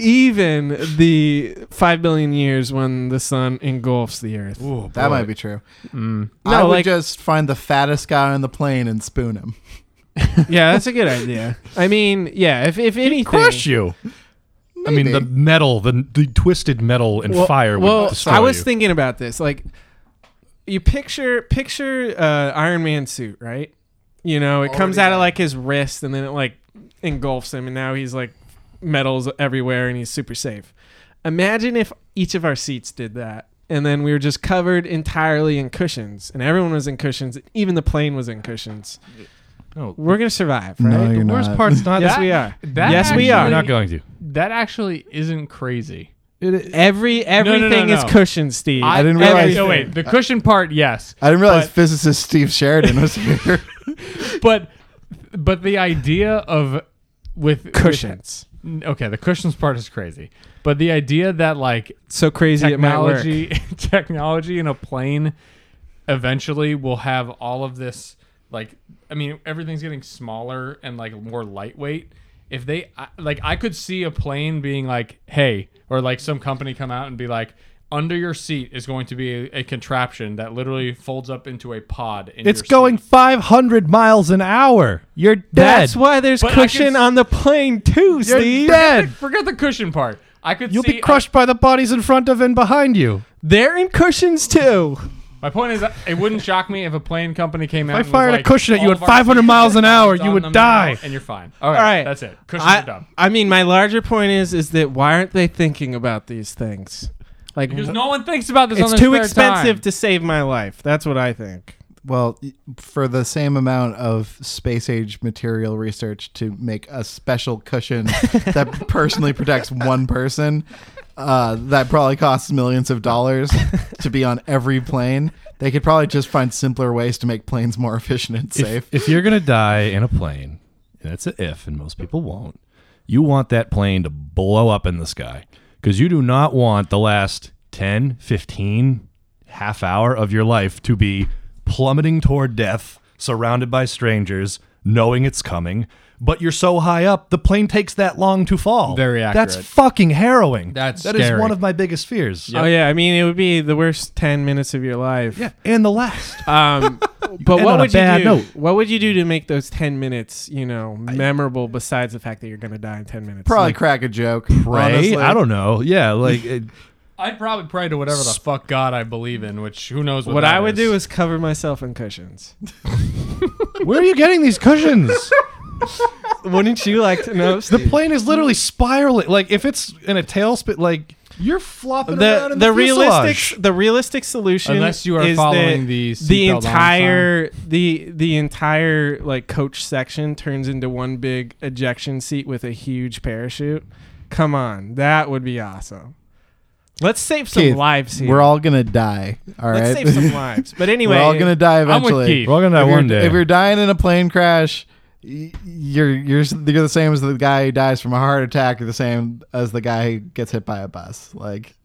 S1: Even the five billion years when the sun engulfs the earth.
S2: that? Might be true.
S3: Mm.
S2: I
S1: No,
S2: would
S1: like-
S2: just find the fattest guy on the plane and spoon him.
S1: yeah, that's a good idea. I mean, yeah, if if anything,
S4: crush you. I mean, the
S2: Maybe.
S4: metal, the the twisted metal and
S1: Well-
S4: fire would
S1: Well,
S4: destroy
S1: I was
S4: you.
S1: thinking about this. Like, you picture picture uh, Iron Man suit, right? You know, it comes
S2: Already
S1: out of
S2: there.
S1: like his wrist, and then it like engulfs him, and now he's like metals everywhere, and he's super safe. Imagine if each of our seats did that, and then we were just covered entirely in cushions, and everyone was in cushions, even the plane was in cushions.
S4: Oh.
S1: We're gonna survive,
S2: No,
S1: right?
S2: you're
S4: the worst
S2: not.
S4: part's not
S1: yes,
S4: that.
S1: we are.
S3: that
S1: yes, we
S4: We're
S1: are.
S4: not going to.
S3: That actually isn't crazy.
S1: Every everything is
S3: no.
S1: cushioned, Steve.
S2: I didn't
S1: Everything.
S2: realize-
S3: No, Oh, wait. The cushion part, yes,
S2: I didn't realize
S3: But-
S2: physicist Steve Sheridan was here.
S3: but but the idea of with with-
S1: Cushions.
S3: okay, the cushions part is crazy. But the idea that like
S1: so crazy it might work.
S3: technology technology in a plane eventually will have all of this like i mean everything's getting smaller and like more lightweight if they I- like i could see a plane being like hey or like some company come out and be like under your seat is going to be a, a contraption that literally folds up into a pod in
S4: It's
S3: your
S4: going
S3: seat.
S4: 500 miles an hour. You're dead.
S1: That's why there's
S3: But I
S1: cushion
S3: can s-
S1: on the plane too,
S4: You're
S1: Steve.
S4: dead.
S3: forget the cushion part i could
S4: You'll
S3: see
S4: be crushed by the bodies in front of and behind you.
S1: They're in cushions too.
S3: my point is it wouldn't shock me if a plane company came out
S4: I
S3: and was
S4: fired a
S3: like,
S4: cushion at you
S3: all
S4: at
S3: of our
S4: 500
S3: seats
S4: miles an
S3: are
S4: hour,
S3: on
S4: you would
S3: them now,
S4: die.
S3: and you're fine all right,
S1: All right.
S3: that's it cushions are
S1: I,
S3: done
S1: I mean, my larger point is is that why aren't they thinking about these things? Like
S3: Because no one thinks about this. on
S1: it's
S3: their
S1: too
S3: spare
S1: expensive
S3: time.
S1: to save my life. That's what I think.
S2: Well, for the same amount of space age material research to make a special cushion that personally protects one person, uh, that probably costs millions of dollars to be on every plane. They could probably just find simpler ways to make planes more efficient and safe.
S4: If, if you're gonna die in a plane, and that's an if, and most people won't. You want that plane to blow up in the sky because you do not want the last 10, 15, half hour of your life to be plummeting toward death, surrounded by strangers, knowing it's coming. But you're so high up, the plane takes that long to fall.
S3: Very
S4: That's
S3: accurate.
S4: fucking harrowing.
S3: That's
S4: That is
S3: scary.
S4: one of my biggest fears.
S1: Oh yeah, I mean, it would be the worst ten minutes of your life.
S4: Yeah, and the last.
S1: Um, but
S4: end on
S1: what
S4: a
S1: would you
S4: bad
S1: do?
S4: note.
S1: What would you do to make those ten minutes, you know, memorable? besides the fact that you're going to die in ten minutes,
S2: probably
S1: Like,
S2: crack a joke.
S4: Pray?
S2: honestly.
S4: I don't know. Yeah, like it,
S3: I'd probably pray to whatever the fuck God I believe in, which who knows what.
S1: what
S3: that
S1: I would
S3: is.
S1: do is cover myself in cushions.
S4: where are you getting these cushions?
S1: Wouldn't you like to know?
S4: The plane is literally spiraling. Like if it's in a tailspin, like you're flopping
S1: the
S4: around in
S1: the
S4: the,
S1: realistic
S4: fuselage.
S1: the realistic solution
S3: Unless you are
S1: is
S3: following
S1: that
S3: the
S1: the
S3: seatbelt on
S1: entire the the entire like coach section turns into one big ejection seat with a huge parachute. Come on, that would be awesome. Let's save some
S2: Keith,
S1: lives here.
S2: We're all gonna die. All
S1: Let's
S2: right?
S1: save some lives. But anyway,
S2: we're all gonna die
S3: with
S2: eventually.
S3: Keith.
S4: We're all gonna die
S2: if you're-
S4: one day.
S2: If you're dying in a plane crash, y- you're you're s- you're the same as the guy who dies from a heart attack. You're the same as the guy who gets hit by a bus. Like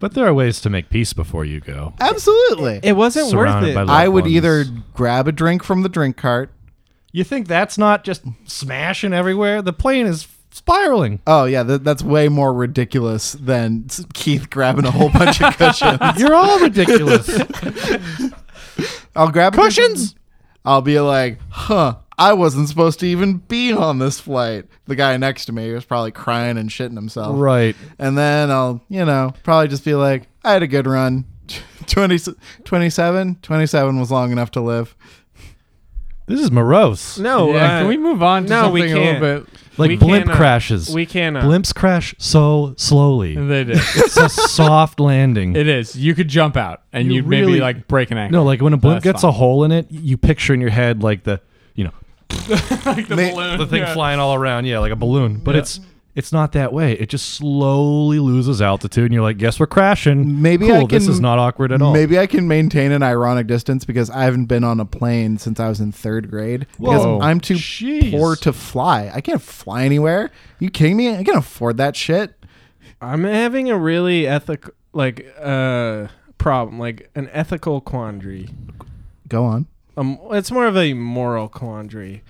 S4: but there are ways to make peace before you go.
S2: absolutely.
S1: it wasn't worth
S4: Surrounded
S1: it.
S4: by loved
S2: I would
S4: ones.
S2: either grab a drink from the drink cart.
S4: You think that's not just smashing everywhere? The plane is spiraling.
S2: Oh yeah, th- that's way more ridiculous than s- Keith grabbing a whole bunch of cushions.
S4: You're all ridiculous.
S2: I'll grab a drink-
S4: Cushions?
S2: I'll be like, huh, I wasn't supposed to even be on this flight. The guy next to me was probably crying and shitting himself.
S4: right.
S2: And then I'll, you know, probably just be like, I had a good run. 20, 27? 27 was long enough to live.
S4: This is morose.
S1: No,
S3: yeah,
S1: uh,
S3: can we move on to
S1: no,
S3: something
S1: we
S3: a little bit?
S4: like
S1: we
S4: blimp
S1: cannot-
S4: crashes.
S1: we cannot.
S4: Blimps crash so slowly.
S3: They did.
S4: it's a soft landing.
S3: It is. You could jump out and
S4: You
S3: you'd maybe
S4: really-
S3: like break an ankle.
S4: no, like when a blimp
S3: That's
S4: gets
S3: fine.
S4: a hole in it, you picture in your head like the, you know,
S3: like the
S2: They-
S3: balloon.
S4: the thing
S3: yeah.
S4: flying all around. Yeah, like a balloon. But it's it's not that way. It just slowly loses altitude, and you're like, guess we're crashing.
S2: Maybe
S4: cool.
S2: I can,
S4: this is not awkward at all.
S2: Maybe I can maintain an ironic distance because I haven't been on a plane since I was in third grade.
S4: Whoa.
S2: Because I'm too
S4: Jeez.
S2: poor to fly. I can't fly anywhere. You kidding me? I can't afford that shit.
S1: I'm having a really ethical, like, uh, problem, like an ethical quandary.
S2: Go on.
S1: Um, it's more of a moral quandary.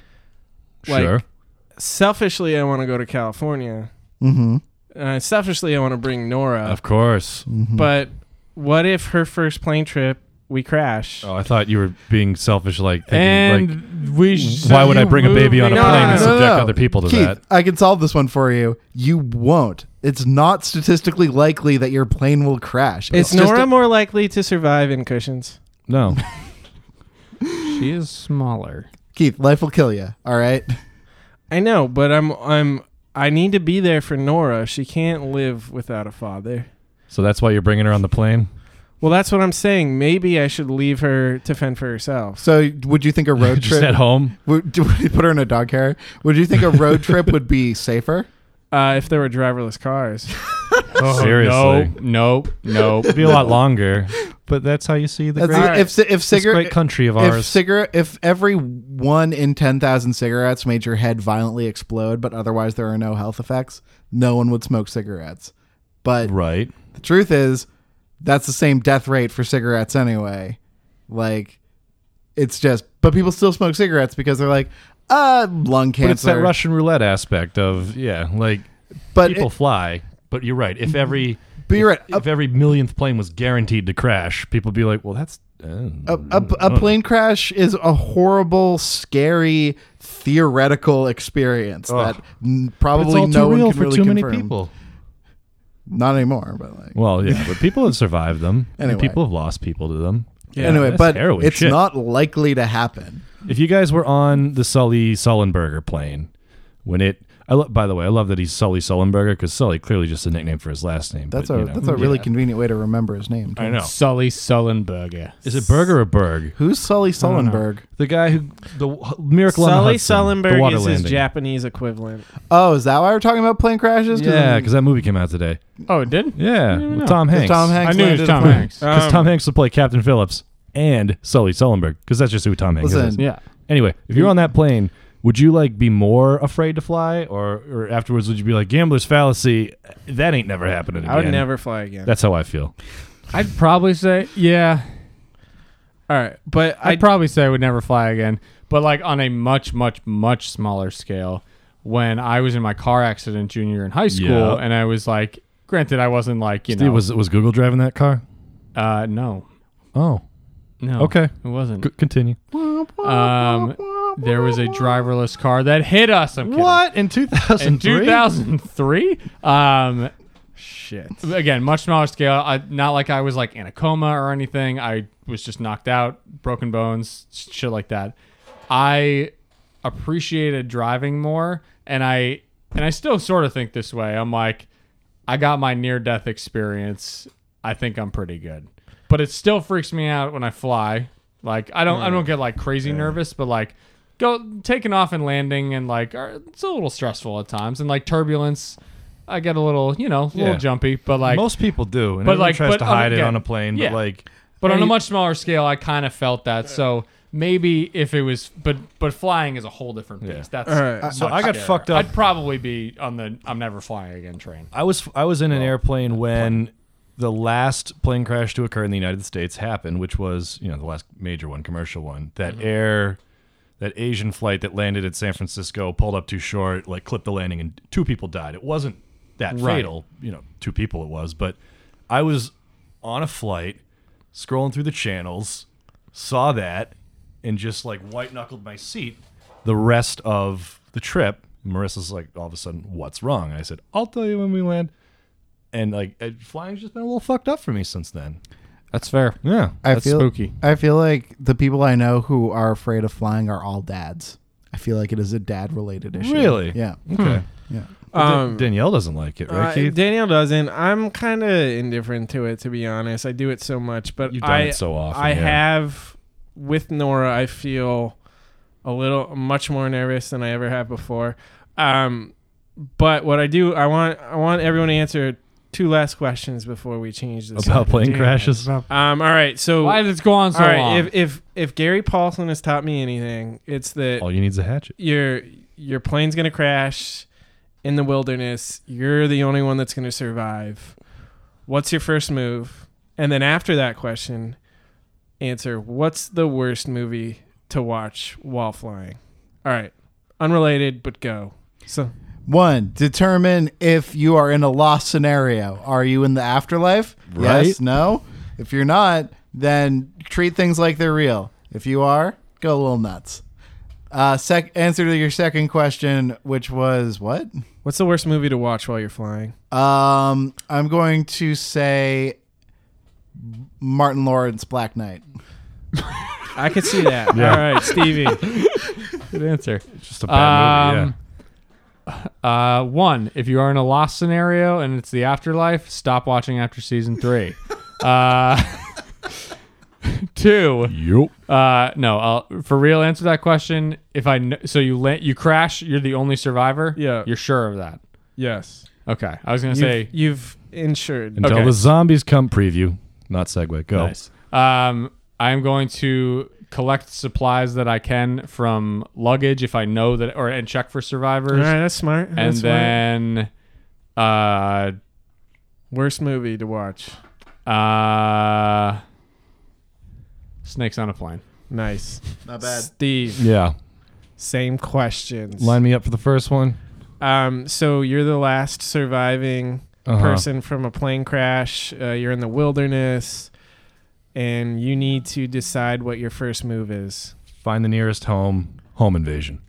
S1: like-
S4: sure.
S1: Selfishly, I want to go to California.
S2: Mm-hmm.
S1: Uh, selfishly, I want to bring
S2: uh,
S1: Nora.
S4: Of course.
S2: Mm-hmm.
S1: But what if her first plane trip we crash?
S4: Oh, I thought you were being selfish, like thinking,
S3: And
S4: like,
S3: we. Sh-
S4: why would I bring a baby on a
S1: moving
S4: plane
S1: on.
S4: and
S1: No,
S4: subject other people to
S2: Keith,
S4: that?
S2: I can solve this one for you. You won't. It's not statistically likely that your plane will crash.
S1: Is
S2: just
S1: Nora
S2: a-
S1: more likely to survive in cushions?
S4: No.
S3: She is smaller.
S2: Keith, life will kill you. All right.
S1: I know, but I'm I'm I need to be there for Nora. She can't live without a father.
S4: So that's why you're bringing her on the plane.
S1: Well, that's what I'm saying. Maybe I should leave her to fend for herself.
S2: So, would you think a road
S4: Just
S2: trip?
S4: at home.
S2: Would, do we put her in a dog carrier? Would you think a road trip would be safer?
S1: Uh, if there were driverless cars,
S4: Seriously.
S3: No, no, no.
S4: It'd be a lot longer, but that's how you see the
S2: That's
S4: great,
S2: if if if
S4: this
S2: cigarette
S4: great country of
S2: if
S4: ours.
S2: cigarette if every one in ten thousand cigarettes made your head violently explode, but otherwise there are no health effects, no one would smoke cigarettes. But
S4: right.
S2: the truth is, that's the same death rate for cigarettes anyway. Like, it's just, but people still smoke cigarettes because they're like, uh, lung cancer.
S4: But it's that Russian roulette aspect of, yeah, like
S2: But
S4: people
S2: it-
S4: fly. But you're right. If every
S2: but you're right.
S4: if every millionth plane was guaranteed to crash, people would be like, well, that's. Uh,
S2: A, a, a plane crash is a horrible, scary, theoretical experience
S4: Ugh.
S2: that n- probably
S4: it's all too
S2: no one
S4: real
S2: can
S4: for
S2: really
S4: too
S2: confirm.
S4: many people.
S2: Not anymore, but like
S4: Well, yeah, but people have survived them. and
S2: Anyway.
S4: people have lost people to them.
S2: anyway.
S4: that's
S2: But
S4: harrowing
S2: it's
S4: shit.
S2: not likely to happen.
S4: If you guys were on the Sully Sullenberger plane, when it, I lo- by the way, I love that he's Sully Sullenberger because Sully clearly just a nickname for his last name.
S2: That's
S4: but,
S2: a
S4: you know.
S2: that's a really convenient way to remember his name. too.
S4: I know.
S3: Sully Sullenberger.
S4: Is it Berger or Berg?
S2: Who's Sully
S3: don't know.
S2: Sullenberg?
S4: The guy who the w- miracle on the
S1: Sully
S4: Hudson, the
S1: Sullenberg
S4: water
S1: is his
S4: landing.
S1: Japanese equivalent.
S2: Oh, is that why we're talking about plane crashes?
S4: Yeah,
S2: I'm-
S4: because that movie came out today.
S3: Oh, it did.
S4: Yeah, with
S3: know.
S4: Tom Hanks.
S2: Tom Hanks
S3: I knew it
S2: landed
S3: was
S2: a
S3: Tom
S2: plane.
S3: Hanks.
S4: Because
S1: Um,
S4: Tom Hanks will play Captain Phillips and Sully Sullenberg because that's just who Tom Hanks
S2: Listen,
S4: is.
S3: Yeah.
S4: Anyway, if you're on that plane, would you like be more afraid to fly, or or afterwards would you be like gambler's fallacy? That ain't never happening again.
S1: I would never fly again.
S4: That's how I feel.
S3: I'd probably say yeah.
S1: All right, but
S3: I'd
S1: I
S3: probably say I would never fly again, but like on a much, much, much smaller scale. When I was in my car accident junior in high school,
S4: Yeah.
S3: and I was like, granted, I wasn't like you
S4: Steve,
S3: know,
S4: was was Google driving that car?
S3: uh, no,
S4: Oh,
S3: no,
S4: okay.
S3: it wasn't.
S4: C- continue.
S3: Um, there was a driverless car that hit us. I'm kidding.
S4: in two
S3: in
S4: thousand
S3: 2003? Um,
S1: shit.
S3: again, much smaller scale. I, not like I was like in a coma or anything. I was just knocked out, broken bones, shit like that. I appreciated driving more, and I and I still sort of think this way. I'm like, I got my near death experience. I think I'm pretty good, but it still freaks me out when I fly. Like I don't I
S4: Mm.
S3: don't get like crazy nervous, but like go taking off and landing and like are, it's a little stressful at times and like turbulence. I get a little, you know, a little
S4: Yeah.
S3: jumpy, but like
S4: Most people do, and
S3: But,
S4: everyone
S3: like,
S4: tries
S3: but
S4: to
S3: on-
S4: hide it
S3: yeah.
S4: on a plane.
S3: Yeah.
S4: But like,
S3: But on a much smaller scale, I kind of felt that. So maybe if it was, but but flying is a whole different beast.
S4: Yeah. Uh,
S3: That's
S1: All right.
S4: so
S3: much
S4: I got
S3: scarier.
S4: fucked up.
S3: I'd probably be on the I'm never flying again train.
S4: I was I was in an airplane when the last plane crash to occur in the United States happened, which was you know the last major one, commercial one. That air, that Asian flight that landed at San Francisco pulled up too short, like clipped the landing, and two people died. It wasn't that
S3: Right.
S4: fatal, you know, two people it was, but I was on a flight scrolling through the channels, saw that, and just like white knuckled my seat the rest of the trip. Marissa's like, all of a sudden, what's wrong? And I said, I'll tell you when we land. And like, it- flying's just been a little fucked up for me since then.
S3: That's fair.
S4: Yeah.
S2: I
S3: That's
S2: feel
S3: spooky.
S2: I feel like the people I know who are afraid of flying are all dads. I feel like it is a dad related issue.
S4: Really?
S2: Yeah.
S4: Okay.
S2: Yeah.
S4: Um, Hmm. Danielle doesn't like it, right,
S1: Uh,
S4: Keith?
S1: Danielle doesn't. I'm kind of indifferent to it, to be honest. I do it so much, but
S4: You've done
S1: I
S4: it so often.
S1: I
S4: yeah.
S1: have with Nora. I feel a little much more nervous than I ever have before. Um, but what I do, I want I want everyone to answer two last questions before we change this
S4: about
S1: subject.
S4: plane crashes.
S1: Um, all right, so
S3: Why did it go on so
S1: all right,
S3: long?
S1: if if if Gary Paulson has taught me anything, it's that
S4: All you need is a hatchet.
S1: your your plane's gonna crash in the wilderness. You're the only one that's gonna survive. What's your first move? And then after that question, answer what's the worst movie to watch while flying? All right. Unrelated, but go. So
S2: One, determine if you are in a lost scenario. Are you in the afterlife?
S4: Right.
S2: Yes, no. If you're not, then treat things like they're real. If you are, go a little nuts. Uh, sec- answer to your second question, which was what?
S1: what's the worst movie to watch while you're flying?
S2: Um, I'm going to say Martin Lawrence Black Knight.
S1: I could see that.
S4: Yeah.
S1: All right, Stevie.
S3: Good answer.
S4: It's just a bad movie.
S3: Um, Uh, one, if you are in a lost scenario and it's the afterlife, stop watching after season three. uh, two,
S4: Yeah. Yup.
S3: uh, no, I'll, for real, answer that question. If I kn- so you la- you crash, you're the only survivor.
S1: Yeah.
S3: you're sure of that.
S1: Yes.
S3: Okay, I was gonna
S1: You've,
S3: say
S1: you've insured.
S4: Until
S3: Okay.
S4: the zombies come preview. Not segue. Go.
S3: Nice. Um, I'm going to collect supplies that I can from luggage if I know that, or and check for
S1: All
S3: survivors,
S1: right, that's smart.
S3: and
S1: That's smart.
S3: then, uh,
S1: worst movie to watch.
S3: uh, snakes on a plane.
S1: Nice.
S2: Not
S1: Steve.
S4: Yeah.
S1: Same questions.
S4: Line me up for the first one.
S1: Um, so you're the last surviving
S4: Uh-huh.
S1: person from a plane crash. Uh, you're in the wilderness, and you need to decide what your first move is.
S4: Find the nearest home. Home invasion.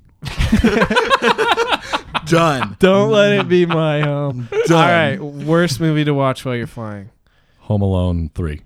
S2: Done.
S1: Don't let it be my home. All right, worst movie to watch while you're flying.
S4: Home Alone 3.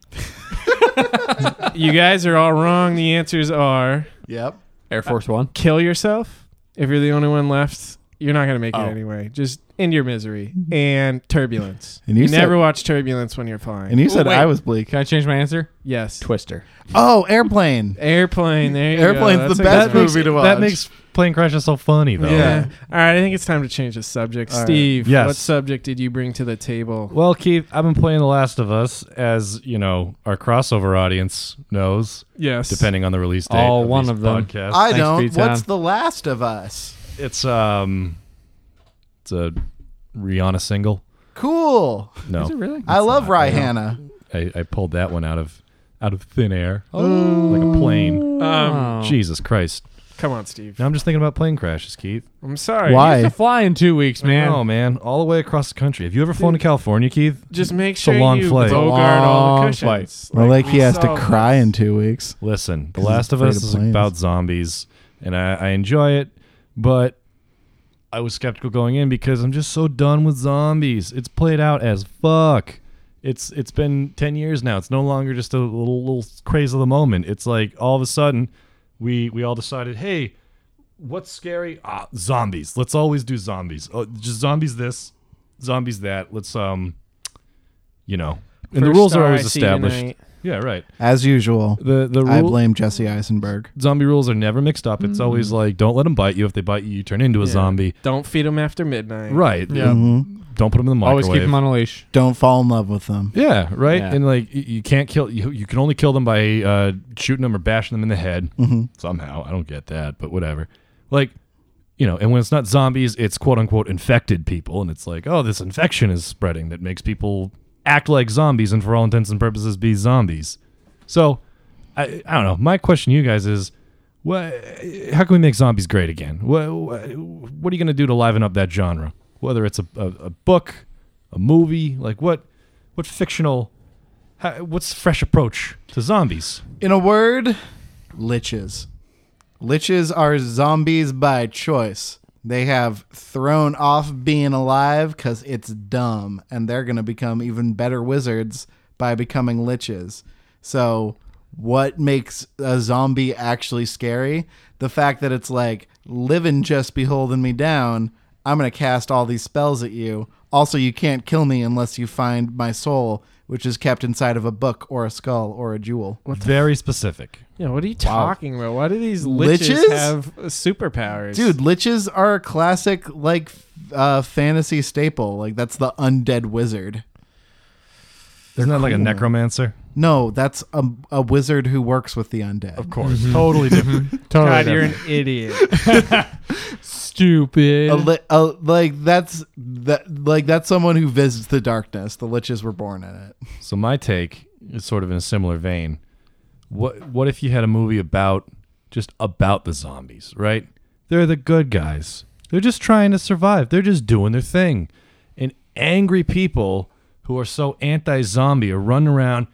S1: You guys are all wrong. The answers are
S2: Yep.
S3: Air Force One.
S1: kill yourself. If you're the only one left, you're not gonna make
S3: Oh.
S1: it anyway. Just end your misery and turbulence.
S2: And you said-
S1: never watch turbulence when you're flying.
S2: And you said
S3: Wait.
S2: I was bleak.
S3: Can I change my answer?
S1: yes.
S3: Twister.
S2: Oh, airplane.
S1: Airplane. There you
S2: Airplane's
S1: go.
S2: the
S1: That's a
S2: best
S1: good one.
S2: movie to watch.
S4: That makes plane crashes so funny, though.
S1: Yeah. All right. I think it's time to change the subject.
S2: All right.
S1: Steve,
S4: Yes.
S1: what subject did you bring to the table?
S4: Well, Keith, I've been playing The Last of Us, as you know, our crossover audience knows,
S1: Yes.
S4: depending on the release date.
S3: All
S4: of
S3: one
S4: these
S3: of them.
S4: podcasts.
S2: I
S3: Thanks,
S2: don't.
S3: B-Town.
S2: What's the last of us?
S4: it's um, it's a Rihanna single.
S2: Cool.
S4: No,
S3: really?
S2: I love Rihanna.
S4: I, I pulled that one out of out of thin air,
S1: Oh.
S4: like a plane.
S3: Oh.
S1: Um,
S4: Jesus Christ!
S1: come on, Steve.
S4: Now I'm just thinking about plane crashes, Keith.
S1: I'm sorry.
S2: Why?
S3: to fly in two weeks, man.
S4: Oh man, all the way across the country. Have you ever flown to California, Keith?
S1: Just make
S4: a
S1: sure
S4: long
S1: you
S4: flight. It's a
S1: bogart all the
S3: long
S1: cushions.
S2: Well, like
S1: we
S2: he has to
S1: saw-
S2: cry in two weeks.
S4: Listen, The
S2: 'Cause he's
S4: Last of
S2: afraid
S4: Us
S2: of
S4: is
S2: planes.
S4: about zombies, and I, I enjoy it, but I was skeptical going in because I'm just so done with zombies. It's played out as fuck. It's it's been ten years now. It's no longer just a little, little craze of the moment. It's like all of a sudden, we we all decided, hey, what's scary? Ah, zombies. Let's always do zombies. Oh, just zombies this, zombies that. Let's um, you know, and the
S1: First
S4: rules are
S1: star I
S4: always
S1: see
S4: established.
S1: tonight.
S4: Yeah, right.
S2: As usual,
S4: The the
S2: I
S4: rule,
S2: blame Jesse Eisenberg.
S4: zombie rules are never mixed up. It's always
S3: Mm-hmm.
S4: like, don't let them bite you. If they bite you, you turn into a
S1: Yeah.
S4: zombie.
S1: Don't feed them after midnight.
S4: Right.
S3: Yeah.
S2: Mhm.
S4: Don't put them in the microwave.
S3: Always keep them on a leash.
S2: Don't fall in love with them.
S4: yeah, right.
S3: Yeah.
S4: And like, y- you can't kill. You, you can only kill them by uh, shooting them or bashing them in the head
S3: Mm-hmm.
S4: somehow. I don't get that, but whatever. Like, you know, and when it's not zombies, it's quote unquote infected people, and it's like, oh, this infection is spreading that makes people act like zombies and for all intents and purposes be zombies. So, I, I don't know. My question to you guys is, what? How can we make zombies great again? What? What are you gonna do to liven up that genre? Whether it's a, a, a book, a movie, like what? What fictional? How, what's the fresh approach to zombies?
S2: In a word, liches. Liches are zombies by choice. They have thrown off being alive because it's dumb, and they're going to become even better wizards by becoming liches. So, what makes a zombie actually scary? The fact that it's like, living just be holding me down. I'm going to cast all these spells at you. Also, you can't kill me unless you find my soul, which is kept inside of a book or a skull or a jewel.
S4: Very specific.
S1: Yeah, what are you talking about? Why do these liches,
S2: Liches?
S1: have uh, superpowers?
S2: Dude, liches are a classic like f- uh, fantasy staple. Like that's the undead wizard.
S4: Isn't that like a necromancer?
S2: No, that's a, a wizard who works with the undead.
S4: Of course. Totally different.
S3: Totally
S1: God, you're an
S3: different.
S1: idiot.
S3: stupid.
S2: A li- a, like that's that like that's someone who visits the darkness. The liches were born in it.
S4: So my take is sort of in a similar vein. What what if you had a movie about just about the zombies, right? They're the good guys. They're just trying to survive. They're just doing their thing. And angry people who are so anti-zombie are running around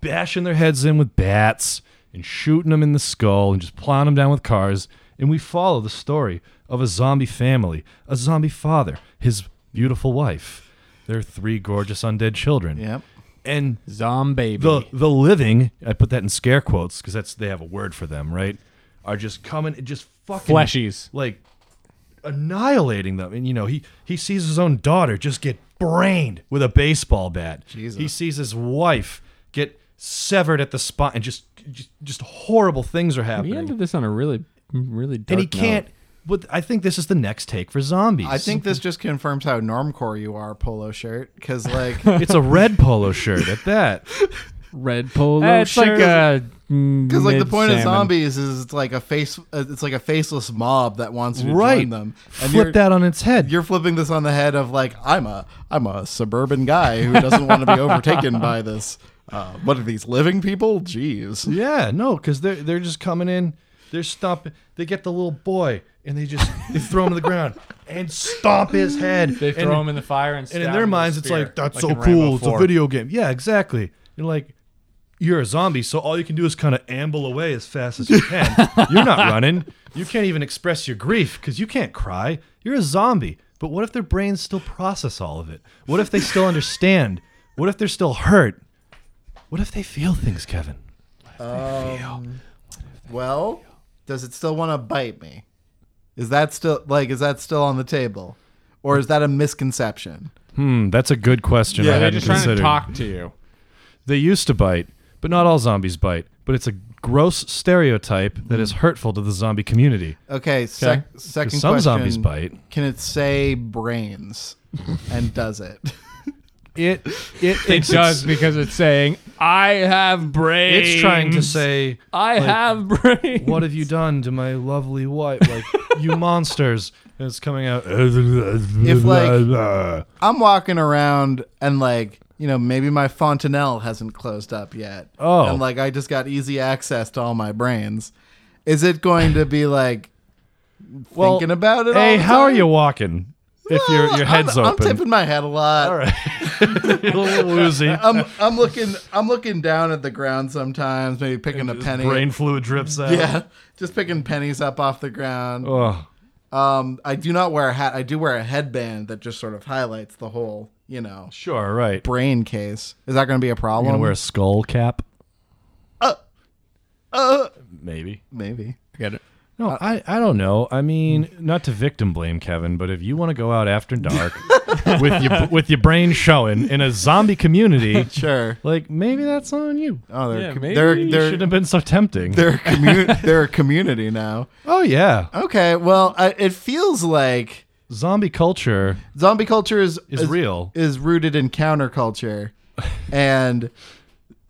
S4: bashing their heads in with bats and shooting them in the skull and just plowing them down with cars. And we follow the story of a zombie family, a zombie father, his beautiful wife, their three gorgeous undead children
S2: Yep.
S4: and
S3: zombie.
S4: the the living I put that in scare quotes because that's they have a word for them right are just coming and just fucking
S3: fleshies.
S4: like annihilating them and you know he he sees his own daughter just get brained with a baseball bat
S2: Jesus.
S4: he sees his wife get severed at the spot and just just, just horrible things are
S3: We
S4: happening
S3: ended this on a really, really dark
S4: and he
S3: note.
S4: can't but I think this is the next take for zombies
S2: I think this just confirms how normcore you are, polo shirt. Because like
S4: it's a red polo shirt at that
S1: Red polo
S3: Eh, it's
S1: shirt.
S3: like a
S2: Because like the point of zombies is it's like a face, uh, it's like a faceless mob that wants you to
S4: right
S2: join them, and you're,
S4: flip that on its head
S2: you're flipping this on the head of like I'm a I'm a suburban guy who doesn't want to be overtaken by this. Uh, what are these living people? Jeez.
S4: Yeah, no, because they're they're just coming in, they're stomping. They get the little boy and they just they throw him to the ground and stomp his head.
S3: They
S4: and,
S3: throw him in the fire and.
S4: And in their minds, it's like that's so cool. It's a video game. Yeah, exactly. You're like, you're a zombie, so all you can do is kind of amble away as fast as you can. you're not running. You can't even express your grief because you can't cry. You're a zombie. But what if their brains still process all of it? What if they still understand? What if they're still hurt? What if they feel things, Kevin? Um,
S2: Well, does it still want to bite me? Is that still like is that still on the table, or is that a misconception?
S4: Hmm, that's a good question. I
S3: Yeah, they're
S4: hadn't
S3: just trying
S4: considered.
S3: to talk to you.
S4: They used to bite, but not all zombies bite. But it's a gross stereotype that is hurtful to the zombie community.
S2: Okay. Sec-
S4: 'Cause
S2: second
S4: some
S2: question.
S4: zombies bite.
S2: Can it say brains? and does it?
S4: It it
S3: It does because it's saying, "I have brains."
S4: It's trying to say,
S3: "I
S4: like,
S3: have brains."
S4: "What have you done to my lovely wife? Like you monsters!" And it's coming out. If
S2: like- I'm walking around and like you know maybe my fontanelle hasn't closed up yet.
S4: Oh.
S2: and like I just got easy access to all my brains. Is it going to be like
S4: well,
S2: thinking about it? all
S4: hey,
S2: the
S4: how are
S2: time?
S4: you walking? If your your head's
S2: I'm,
S4: open,
S2: I'm tipping my head a lot.
S4: all right, You're a little woozy.
S2: I'm I'm looking I'm looking down at the ground sometimes, maybe picking a penny.
S4: Brain fluid drips out.
S2: Yeah, just picking pennies up off the ground.
S4: Ugh.
S2: Um, I do not wear a hat. I do wear a headband that just sort of highlights the whole, you know,
S4: Sure, right.
S2: brain case. Is that going to be a
S4: You
S2: problem?
S4: gonna wear a skull cap?
S2: Uh,
S4: Maybe.
S2: maybe.
S3: Get it?
S4: No, I, I don't know. I mean, not to victim blame Kevin, but if you want to go out after dark with your with your brain showing in a zombie community,
S2: Sure.
S4: like maybe that's on you.
S2: Oh, they're
S3: Yeah,
S2: com-
S3: maybe
S2: they're
S3: you
S4: You
S2: they're
S4: shouldn't have been so tempting.
S2: they're a commu- they're a community now.
S4: Oh yeah,
S2: Okay, well, I, it feels like
S4: zombie culture
S2: zombie culture is
S4: is,
S2: is-
S4: real.
S2: is rooted in counterculture and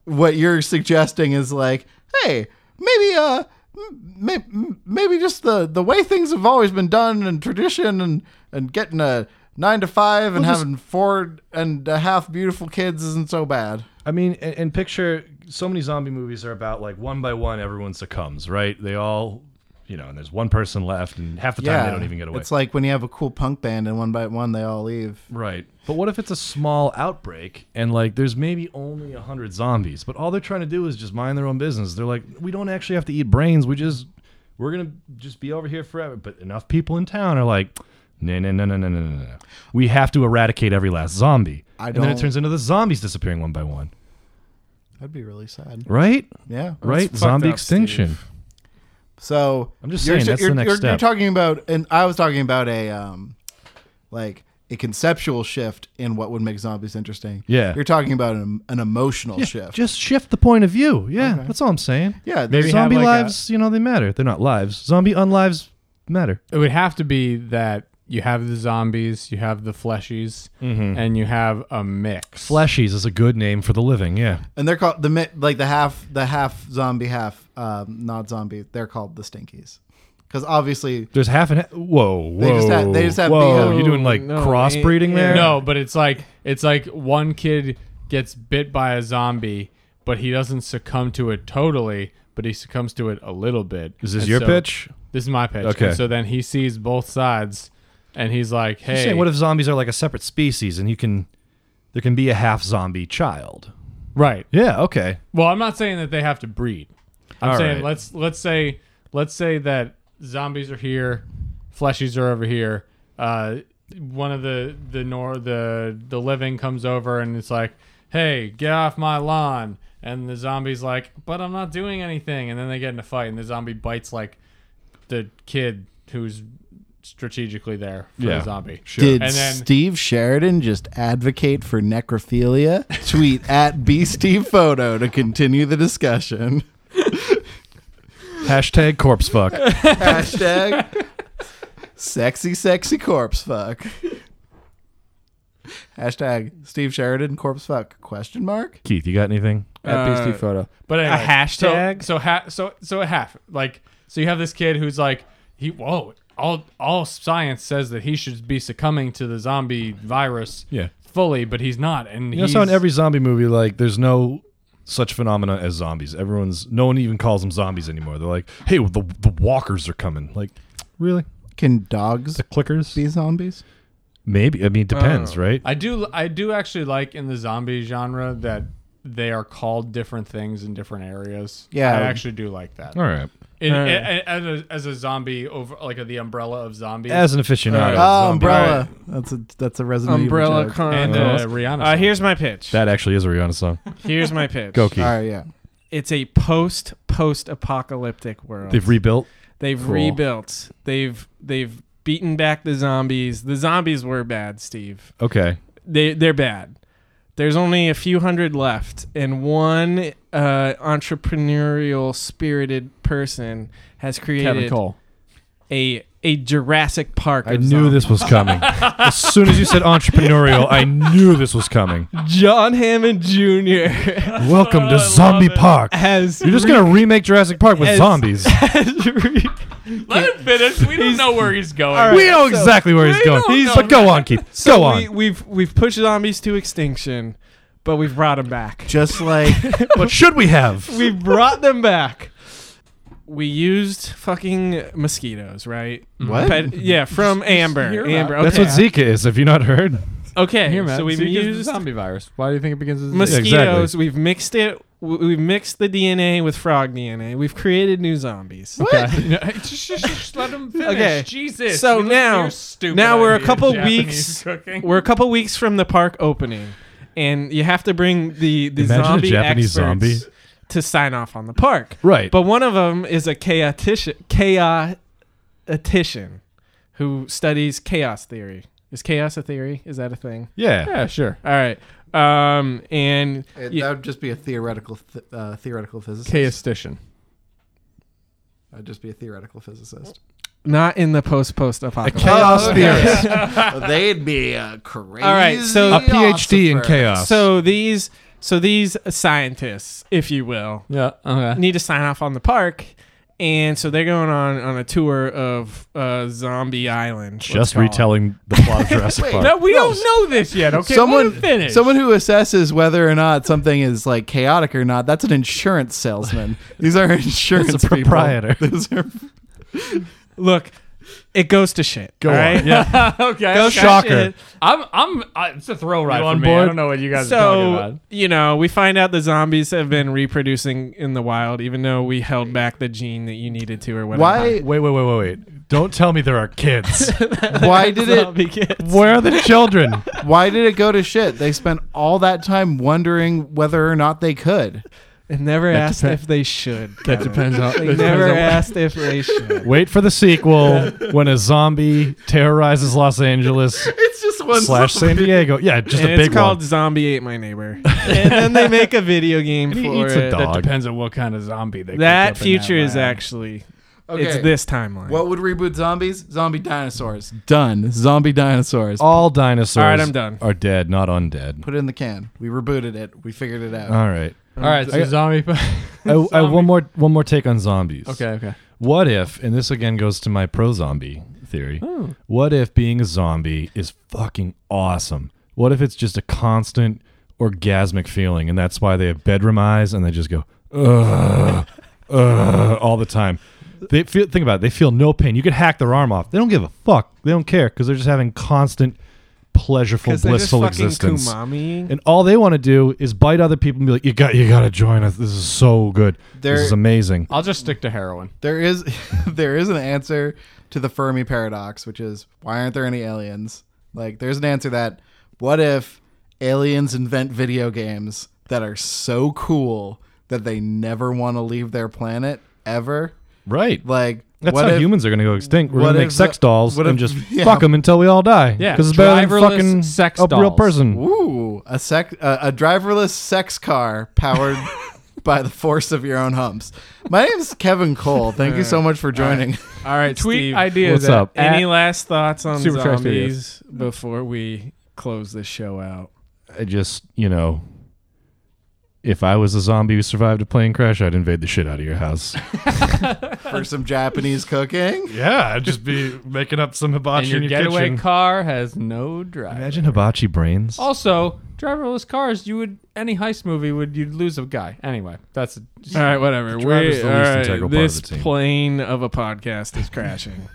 S2: what you're suggesting is like hey maybe uh maybe, maybe just the the way things have always been done and tradition and and getting a nine to five and having four and a half beautiful kids isn't so bad
S4: I mean, and, and picture so many zombie movies are about like one by one, everyone succumbs, right? They all, you know, and there's one person left, and half the time they don't even get away.
S2: it's like when you have a cool punk band and one by one they all leave
S4: Right. But what if it's a small outbreak and like there's maybe only a hundred zombies, but all they're trying to do is just mind their own business. They're like, we don't actually have to eat brains. We just we're gonna just be over here forever. But enough people in town are like, no, no, no, no, no, no, no, no. We have to eradicate every last zombie.
S2: I
S4: And then it
S2: don't-
S4: turns into the zombies disappearing one by one.
S2: That'd be really sad.
S4: Right?
S2: Yeah.
S4: Right?
S1: fucked
S4: Zombie
S1: up,
S4: extinction.
S2: So
S4: I'm just
S2: you're,
S4: saying, that's the
S2: you're,
S4: next
S2: you're,
S4: step.
S2: You're talking about, and I was talking about a um, like a conceptual shift in what would make zombies interesting.
S4: Yeah.
S2: You're talking about an, an emotional shift.
S4: Just shift the point of view. Yeah, that's all I'm saying.
S2: yeah.
S3: Maybe have
S4: Zombie
S3: like a-
S4: lives, you know, they matter. They're not lives. Zombie unlives matter.
S3: It would have to be that you have the zombies, you have the fleshies, and you have a mix.
S4: Fleshies is a good name for the living. Yeah.
S2: and they're called the mi- like the half the half zombie half um, not zombie. They're called the stinkies because obviously
S4: There's half and half. Whoa, whoa.
S2: They just have- they just have
S4: whoa.
S2: the, uh,
S4: You're doing like
S1: No,
S4: crossbreeding
S1: yeah.
S4: there?
S3: No, but it's like it's like one kid gets bit by a zombie, but he doesn't succumb to it totally, but he succumbs to it a little bit.
S4: Is this
S3: And
S4: your
S3: so-
S4: pitch?
S3: This is my pitch.
S4: Okay.
S3: And so then he sees both sides, and he's like,
S4: You're
S3: "Hey,
S4: saying what if zombies are like a separate species and you can, there can be a half zombie child?
S3: right?"
S4: Yeah, okay.
S3: Well, I'm not saying that they have to breed. I'm
S4: All
S3: saying
S4: right.
S3: let's let's say let's say that zombies are here, fleshies are over here. Uh, one of the the nor the the living comes over and it's like, "Hey, get off my lawn!" And the zombie's like, "But I'm not doing anything." And then they get in a fight, and the zombie bites like the kid who's strategically there for
S4: Yeah.
S3: the zombie.
S2: Did
S3: And then-
S2: Steve Sheridan just advocate for necrophilia? Tweet at bstephoto to continue the discussion.
S4: Hashtag corpse fuck.
S2: Hashtag sexy, sexy corpse fuck. Hashtag Steve Sheridan corpse fuck question mark.
S4: Keith, you got anything?
S3: at
S1: Uh,
S3: BSD photo. But anyway,
S1: hashtag?
S3: So so, ha- so so a half. Like so you have this kid who's like he whoa all all science says that he should be succumbing to the zombie virus
S4: Yeah.
S3: fully, but he's not. And
S4: You know,
S3: he's
S4: so in every zombie movie, like there's no such phenomena as zombies. Everyone's no one even calls them zombies anymore. They're like, hey, the the walkers are coming. Like, really?
S2: Can dogs
S4: Clickers?
S2: be zombies?
S4: Maybe. I mean, it depends, right?
S3: I do I do actually like in the zombie genre that they are called different things in different areas.
S2: Yeah.
S3: I actually do like that.
S4: All right.
S3: In,
S1: All right.
S3: a- as, a, as a zombie over like the umbrella of zombies
S4: As an aficionado,
S1: Uh,
S2: Oh,
S3: zombie.
S2: umbrella. That's a that's a Resident Evil
S1: Umbrella
S2: joke.
S3: and uh,
S1: Chronicles.
S3: Rihanna.
S1: Uh, here's my pitch.
S4: that actually is a Rihanna song.
S1: Here's my pitch.
S4: Go, Keith.
S2: All right, yeah.
S1: It's a post post apocalyptic world.
S4: They've rebuilt.
S1: They've
S4: Cool.
S1: rebuilt. They've they've beaten back the zombies. The zombies were bad, Steve.
S4: Okay.
S1: They they're bad. There's only a few hundred left, and one uh, entrepreneurial spirited person has
S3: Kevin
S1: created
S3: Cole.
S1: a a Jurassic Park.
S4: I
S1: of
S4: knew
S1: zombies.
S4: this was coming. as soon as you said entrepreneurial, I knew this was coming.
S1: John Hammond Jr.
S4: Welcome
S1: Oh,
S4: to Zombie Park.
S1: has
S4: You're just gonna remake Jurassic Park with
S1: As-
S4: zombies.
S1: has re-
S3: Let him finish. We don't know where he's going.
S1: All right.
S4: we know
S1: so-
S4: exactly where he's
S1: we
S4: going.
S1: don't
S4: He's-
S1: know
S4: but go on, Keith.
S1: so
S4: go on.
S1: We, we've we've pushed zombies to extinction, but we've brought them back.
S2: Just like
S4: what should we have?
S1: we brought them back. We used fucking mosquitoes, right?
S2: what?
S1: But- yeah, from Amber.
S3: Oh. hear about
S1: Amber.
S3: it.
S1: Okay.
S4: That's what Zika is. Have you not heard?
S1: Okay,
S3: Here, man.
S1: so we've used
S3: zombie virus. Why do you think it begins with a Z?
S1: mosquitoes.
S4: exactly.
S1: We've mixed it. w- We've mixed the DNA with frog DNA. We've created new zombies.
S3: No, hey, just, just- just let him finish.
S1: Okay.
S3: Jesus.
S1: So
S3: you look-
S1: now-
S3: you're stupid
S1: now we're a
S3: idea,
S1: couple
S3: Japanese
S1: weeks-
S3: cooking.
S1: We're a couple weeks from the park opening, and you have to bring the the
S4: Imagine a
S1: zombie
S4: Japanese
S1: experts
S4: zombie.
S1: to sign off on the park.
S4: Right.
S1: But one of them is a chaotician, chaotician who studies chaos theory. Is chaos a theory? Is that a thing?
S4: yeah.
S3: yeah, sure.
S1: All right. Um, and
S2: It-
S1: yeah,
S2: That would just be a theoretical th- uh, theoretical physicist.
S3: Chaostician.
S2: I'd just be a theoretical physicist.
S1: not in the post post
S4: A
S1: apocalypse.
S4: chaos theorist.
S2: Oh, They'd be uh, crazy.
S1: All right, so-
S4: A PhD in chaos.
S1: So these, so these scientists, if you will,
S3: Yeah. Okay.
S1: need to sign off on the park, and so they're going on on a tour of uh, Zombie Island. let's
S4: just
S1: call it.
S4: retelling the plot of Jurassic
S2: Wait,
S4: Park.
S1: No, we don't know this yet. Okay,
S2: someone,
S1: let him finish.
S2: someone who assesses whether or not something is like chaotic or not. That's an insurance salesman. These are insurance
S4: That's a
S2: people.
S4: proprietor.
S2: Those are
S1: Look, it goes to shit.
S4: Go
S1: all
S4: on.
S1: right?
S4: Yeah.
S3: okay.
S1: Goes
S3: okay.
S1: to
S4: Shocker.
S1: shit.
S3: I'm I'm I, it's a thrill ride
S4: You
S3: for
S4: on
S3: me. I
S4: board?
S3: don't know what you guys are talking about.
S1: So you know, we find out the zombies have been reproducing in the wild, even though we held back the gene that you needed to or whatever.
S2: Why?
S4: Wait, wait, wait, wait, wait. Don't tell me there are kids.
S2: Why did it?
S1: Zombie kids.
S4: Where are the children?
S2: Why did it go to shit? They spent all that time wondering whether or not they could.
S1: And never asked
S3: depen-
S1: if they should.
S3: That
S1: Kevin.
S3: depends on-
S1: They
S3: that depends
S1: never
S3: on what-
S1: asked if they should.
S4: Wait for the sequel when a zombie terrorizes Los Angeles
S2: It's just one
S4: slash San Diego. Yeah, just
S1: and
S4: a
S1: it's
S4: big
S1: called
S4: one.
S1: Zombie Ate My Neighbor. and then they make a video game
S4: And he
S1: for
S4: eats a
S1: it.
S4: dog.
S3: That depends on what kind of zombie they.
S1: That
S3: cooked up in
S1: future
S3: that
S1: is
S3: lab.
S1: actually it's this timeline.
S2: What would reboot zombies? Zombie dinosaurs. Done. Zombie dinosaurs.
S4: All dinosaurs
S1: All right, I'm done.
S4: are dead, not undead.
S2: Put it in the can. We rebooted it. We figured it out.
S4: All right.
S3: All right, so
S4: I-
S3: zombie.
S4: I, I, one more one more take on zombies.
S3: okay, okay.
S4: What if, and this again goes to my pro zombie theory,
S1: Hmm.
S4: what if being a zombie is fucking awesome? What if it's just a constant orgasmic feeling and that's why they have bedroom eyes and they just go, ugh, ugh, all the time? They feel, think about it, they feel no pain. You could hack their arm off. They don't give a fuck. They don't care because they're just having constant, pleasureful,
S1: Because they're just
S4: blissful
S1: fucking
S4: existence.
S1: Kumami.
S4: And all they want to do is bite other people and be like, you got, you got to join us. This is so good.
S2: They're-
S4: this is amazing.
S3: I'll just stick to heroin.
S2: There is there is an answer to the Fermi paradox, which is why aren't there any aliens? Like there's an answer to that what if aliens invent video games that are so cool that they never want to leave their planet ever?
S4: Right.
S2: Like
S4: That's
S2: what
S4: how
S2: if,
S4: humans are going to go extinct. We're
S2: what
S4: going to
S2: if
S4: make sex
S2: the-
S4: dolls
S2: what
S4: and
S2: if-
S4: just fuck 'em
S2: yeah.
S4: fuck them until we all die.
S3: Yeah,
S4: because it's better than
S3: driverless
S4: fucking
S3: sex
S4: a real
S3: dolls.
S4: person.
S2: Ooh, a sec uh, a driverless sex car powered by the force of your own humps. My name is Kevin Cole. Thank you so much for joining.
S1: All right,
S3: Tweet
S1: Steve.
S3: ideas.
S4: What's
S3: at-
S4: up?
S3: at-
S1: Any last thoughts on
S3: Super Trash
S1: zombies before we close this show out?
S4: I just, you know, if I was a zombie who survived a plane crash, I'd invade the shit out of your house.
S2: for some Japanese cooking.
S4: yeah, I'd just be making up some
S3: and
S4: hibachi
S3: your getaway car has no drive.
S4: Imagine hibachi brains.
S3: Also, driverless cars. You would any heist movie would you'd lose a guy anyway. That's
S1: All right, whatever.
S4: driver's
S1: We,
S4: the
S1: all
S4: least
S1: right,
S4: integral part of
S1: this
S4: the team.
S1: plane of a podcast is crashing.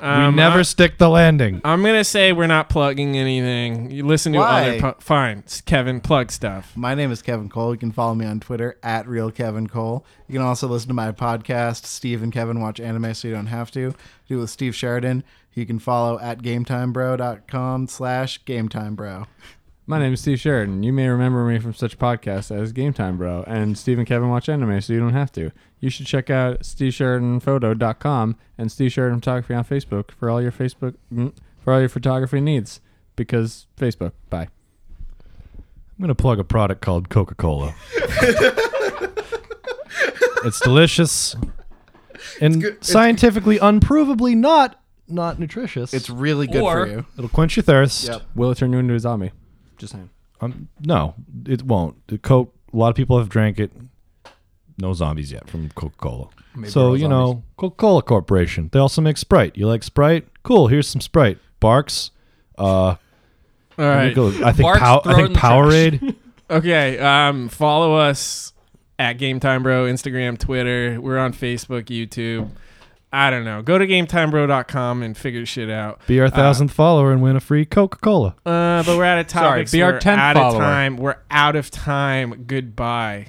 S4: we
S1: Um,
S4: never stick the landing.
S1: I, am gonna say we're not plugging anything. You listen to
S2: Why?
S1: other. Po- fine, S- Kevin, plug stuff.
S2: My name is Kevin Cole. You can follow me on Twitter at real Kevin Cole. You can also listen to my podcast, Steve and Kevin Watch Anime, so you don't have to. I Do it with Steve Sheridan. You can follow at gametimebro.com slash gametimebro.
S3: My name is Steve Sheridan. You may remember me from such podcasts as Game Time Bro and Steve and Kevin Watch Anime, so you don't have to. You should check out stevesheridanphoto.com and Steve Sheridan Photography on Facebook for all your Facebook mm, for all your photography needs because Facebook. Bye.
S4: I'm going to plug a product called Coca Cola. it's delicious and scientifically unprovably not not nutritious.
S2: It's really good
S3: Or-
S2: for you.
S4: It'll quench your thirst.
S2: Yep.
S3: Will it turn you into a zombie? Just saying.
S4: Um, no, it won't. The Coke. A lot of people have drank it. No zombies yet from Coca Cola. So
S3: no
S4: you know, Coca Cola Corporation. They also make Sprite. You like Sprite? Cool. Here's some Sprite. Barks. Uh,
S1: All
S4: let me
S1: right.
S4: go- I think
S3: Barks,
S4: pow- I
S3: throw it in
S4: think
S3: the trash.
S4: Powerade.
S1: Okay. Um, follow us at Game Time Bro, Instagram, Twitter. We're on Facebook, YouTube. I don't know. Go to GameTimeBro.com and figure shit out.
S4: Be
S3: Uh,
S4: our thousandth follower and win a free Coca Cola.
S1: Uh, but we're out of
S3: Sorry,
S1: topics.
S3: be our
S1: We're
S3: 10th
S1: out
S3: follower.
S1: of time. We're out of time. Goodbye.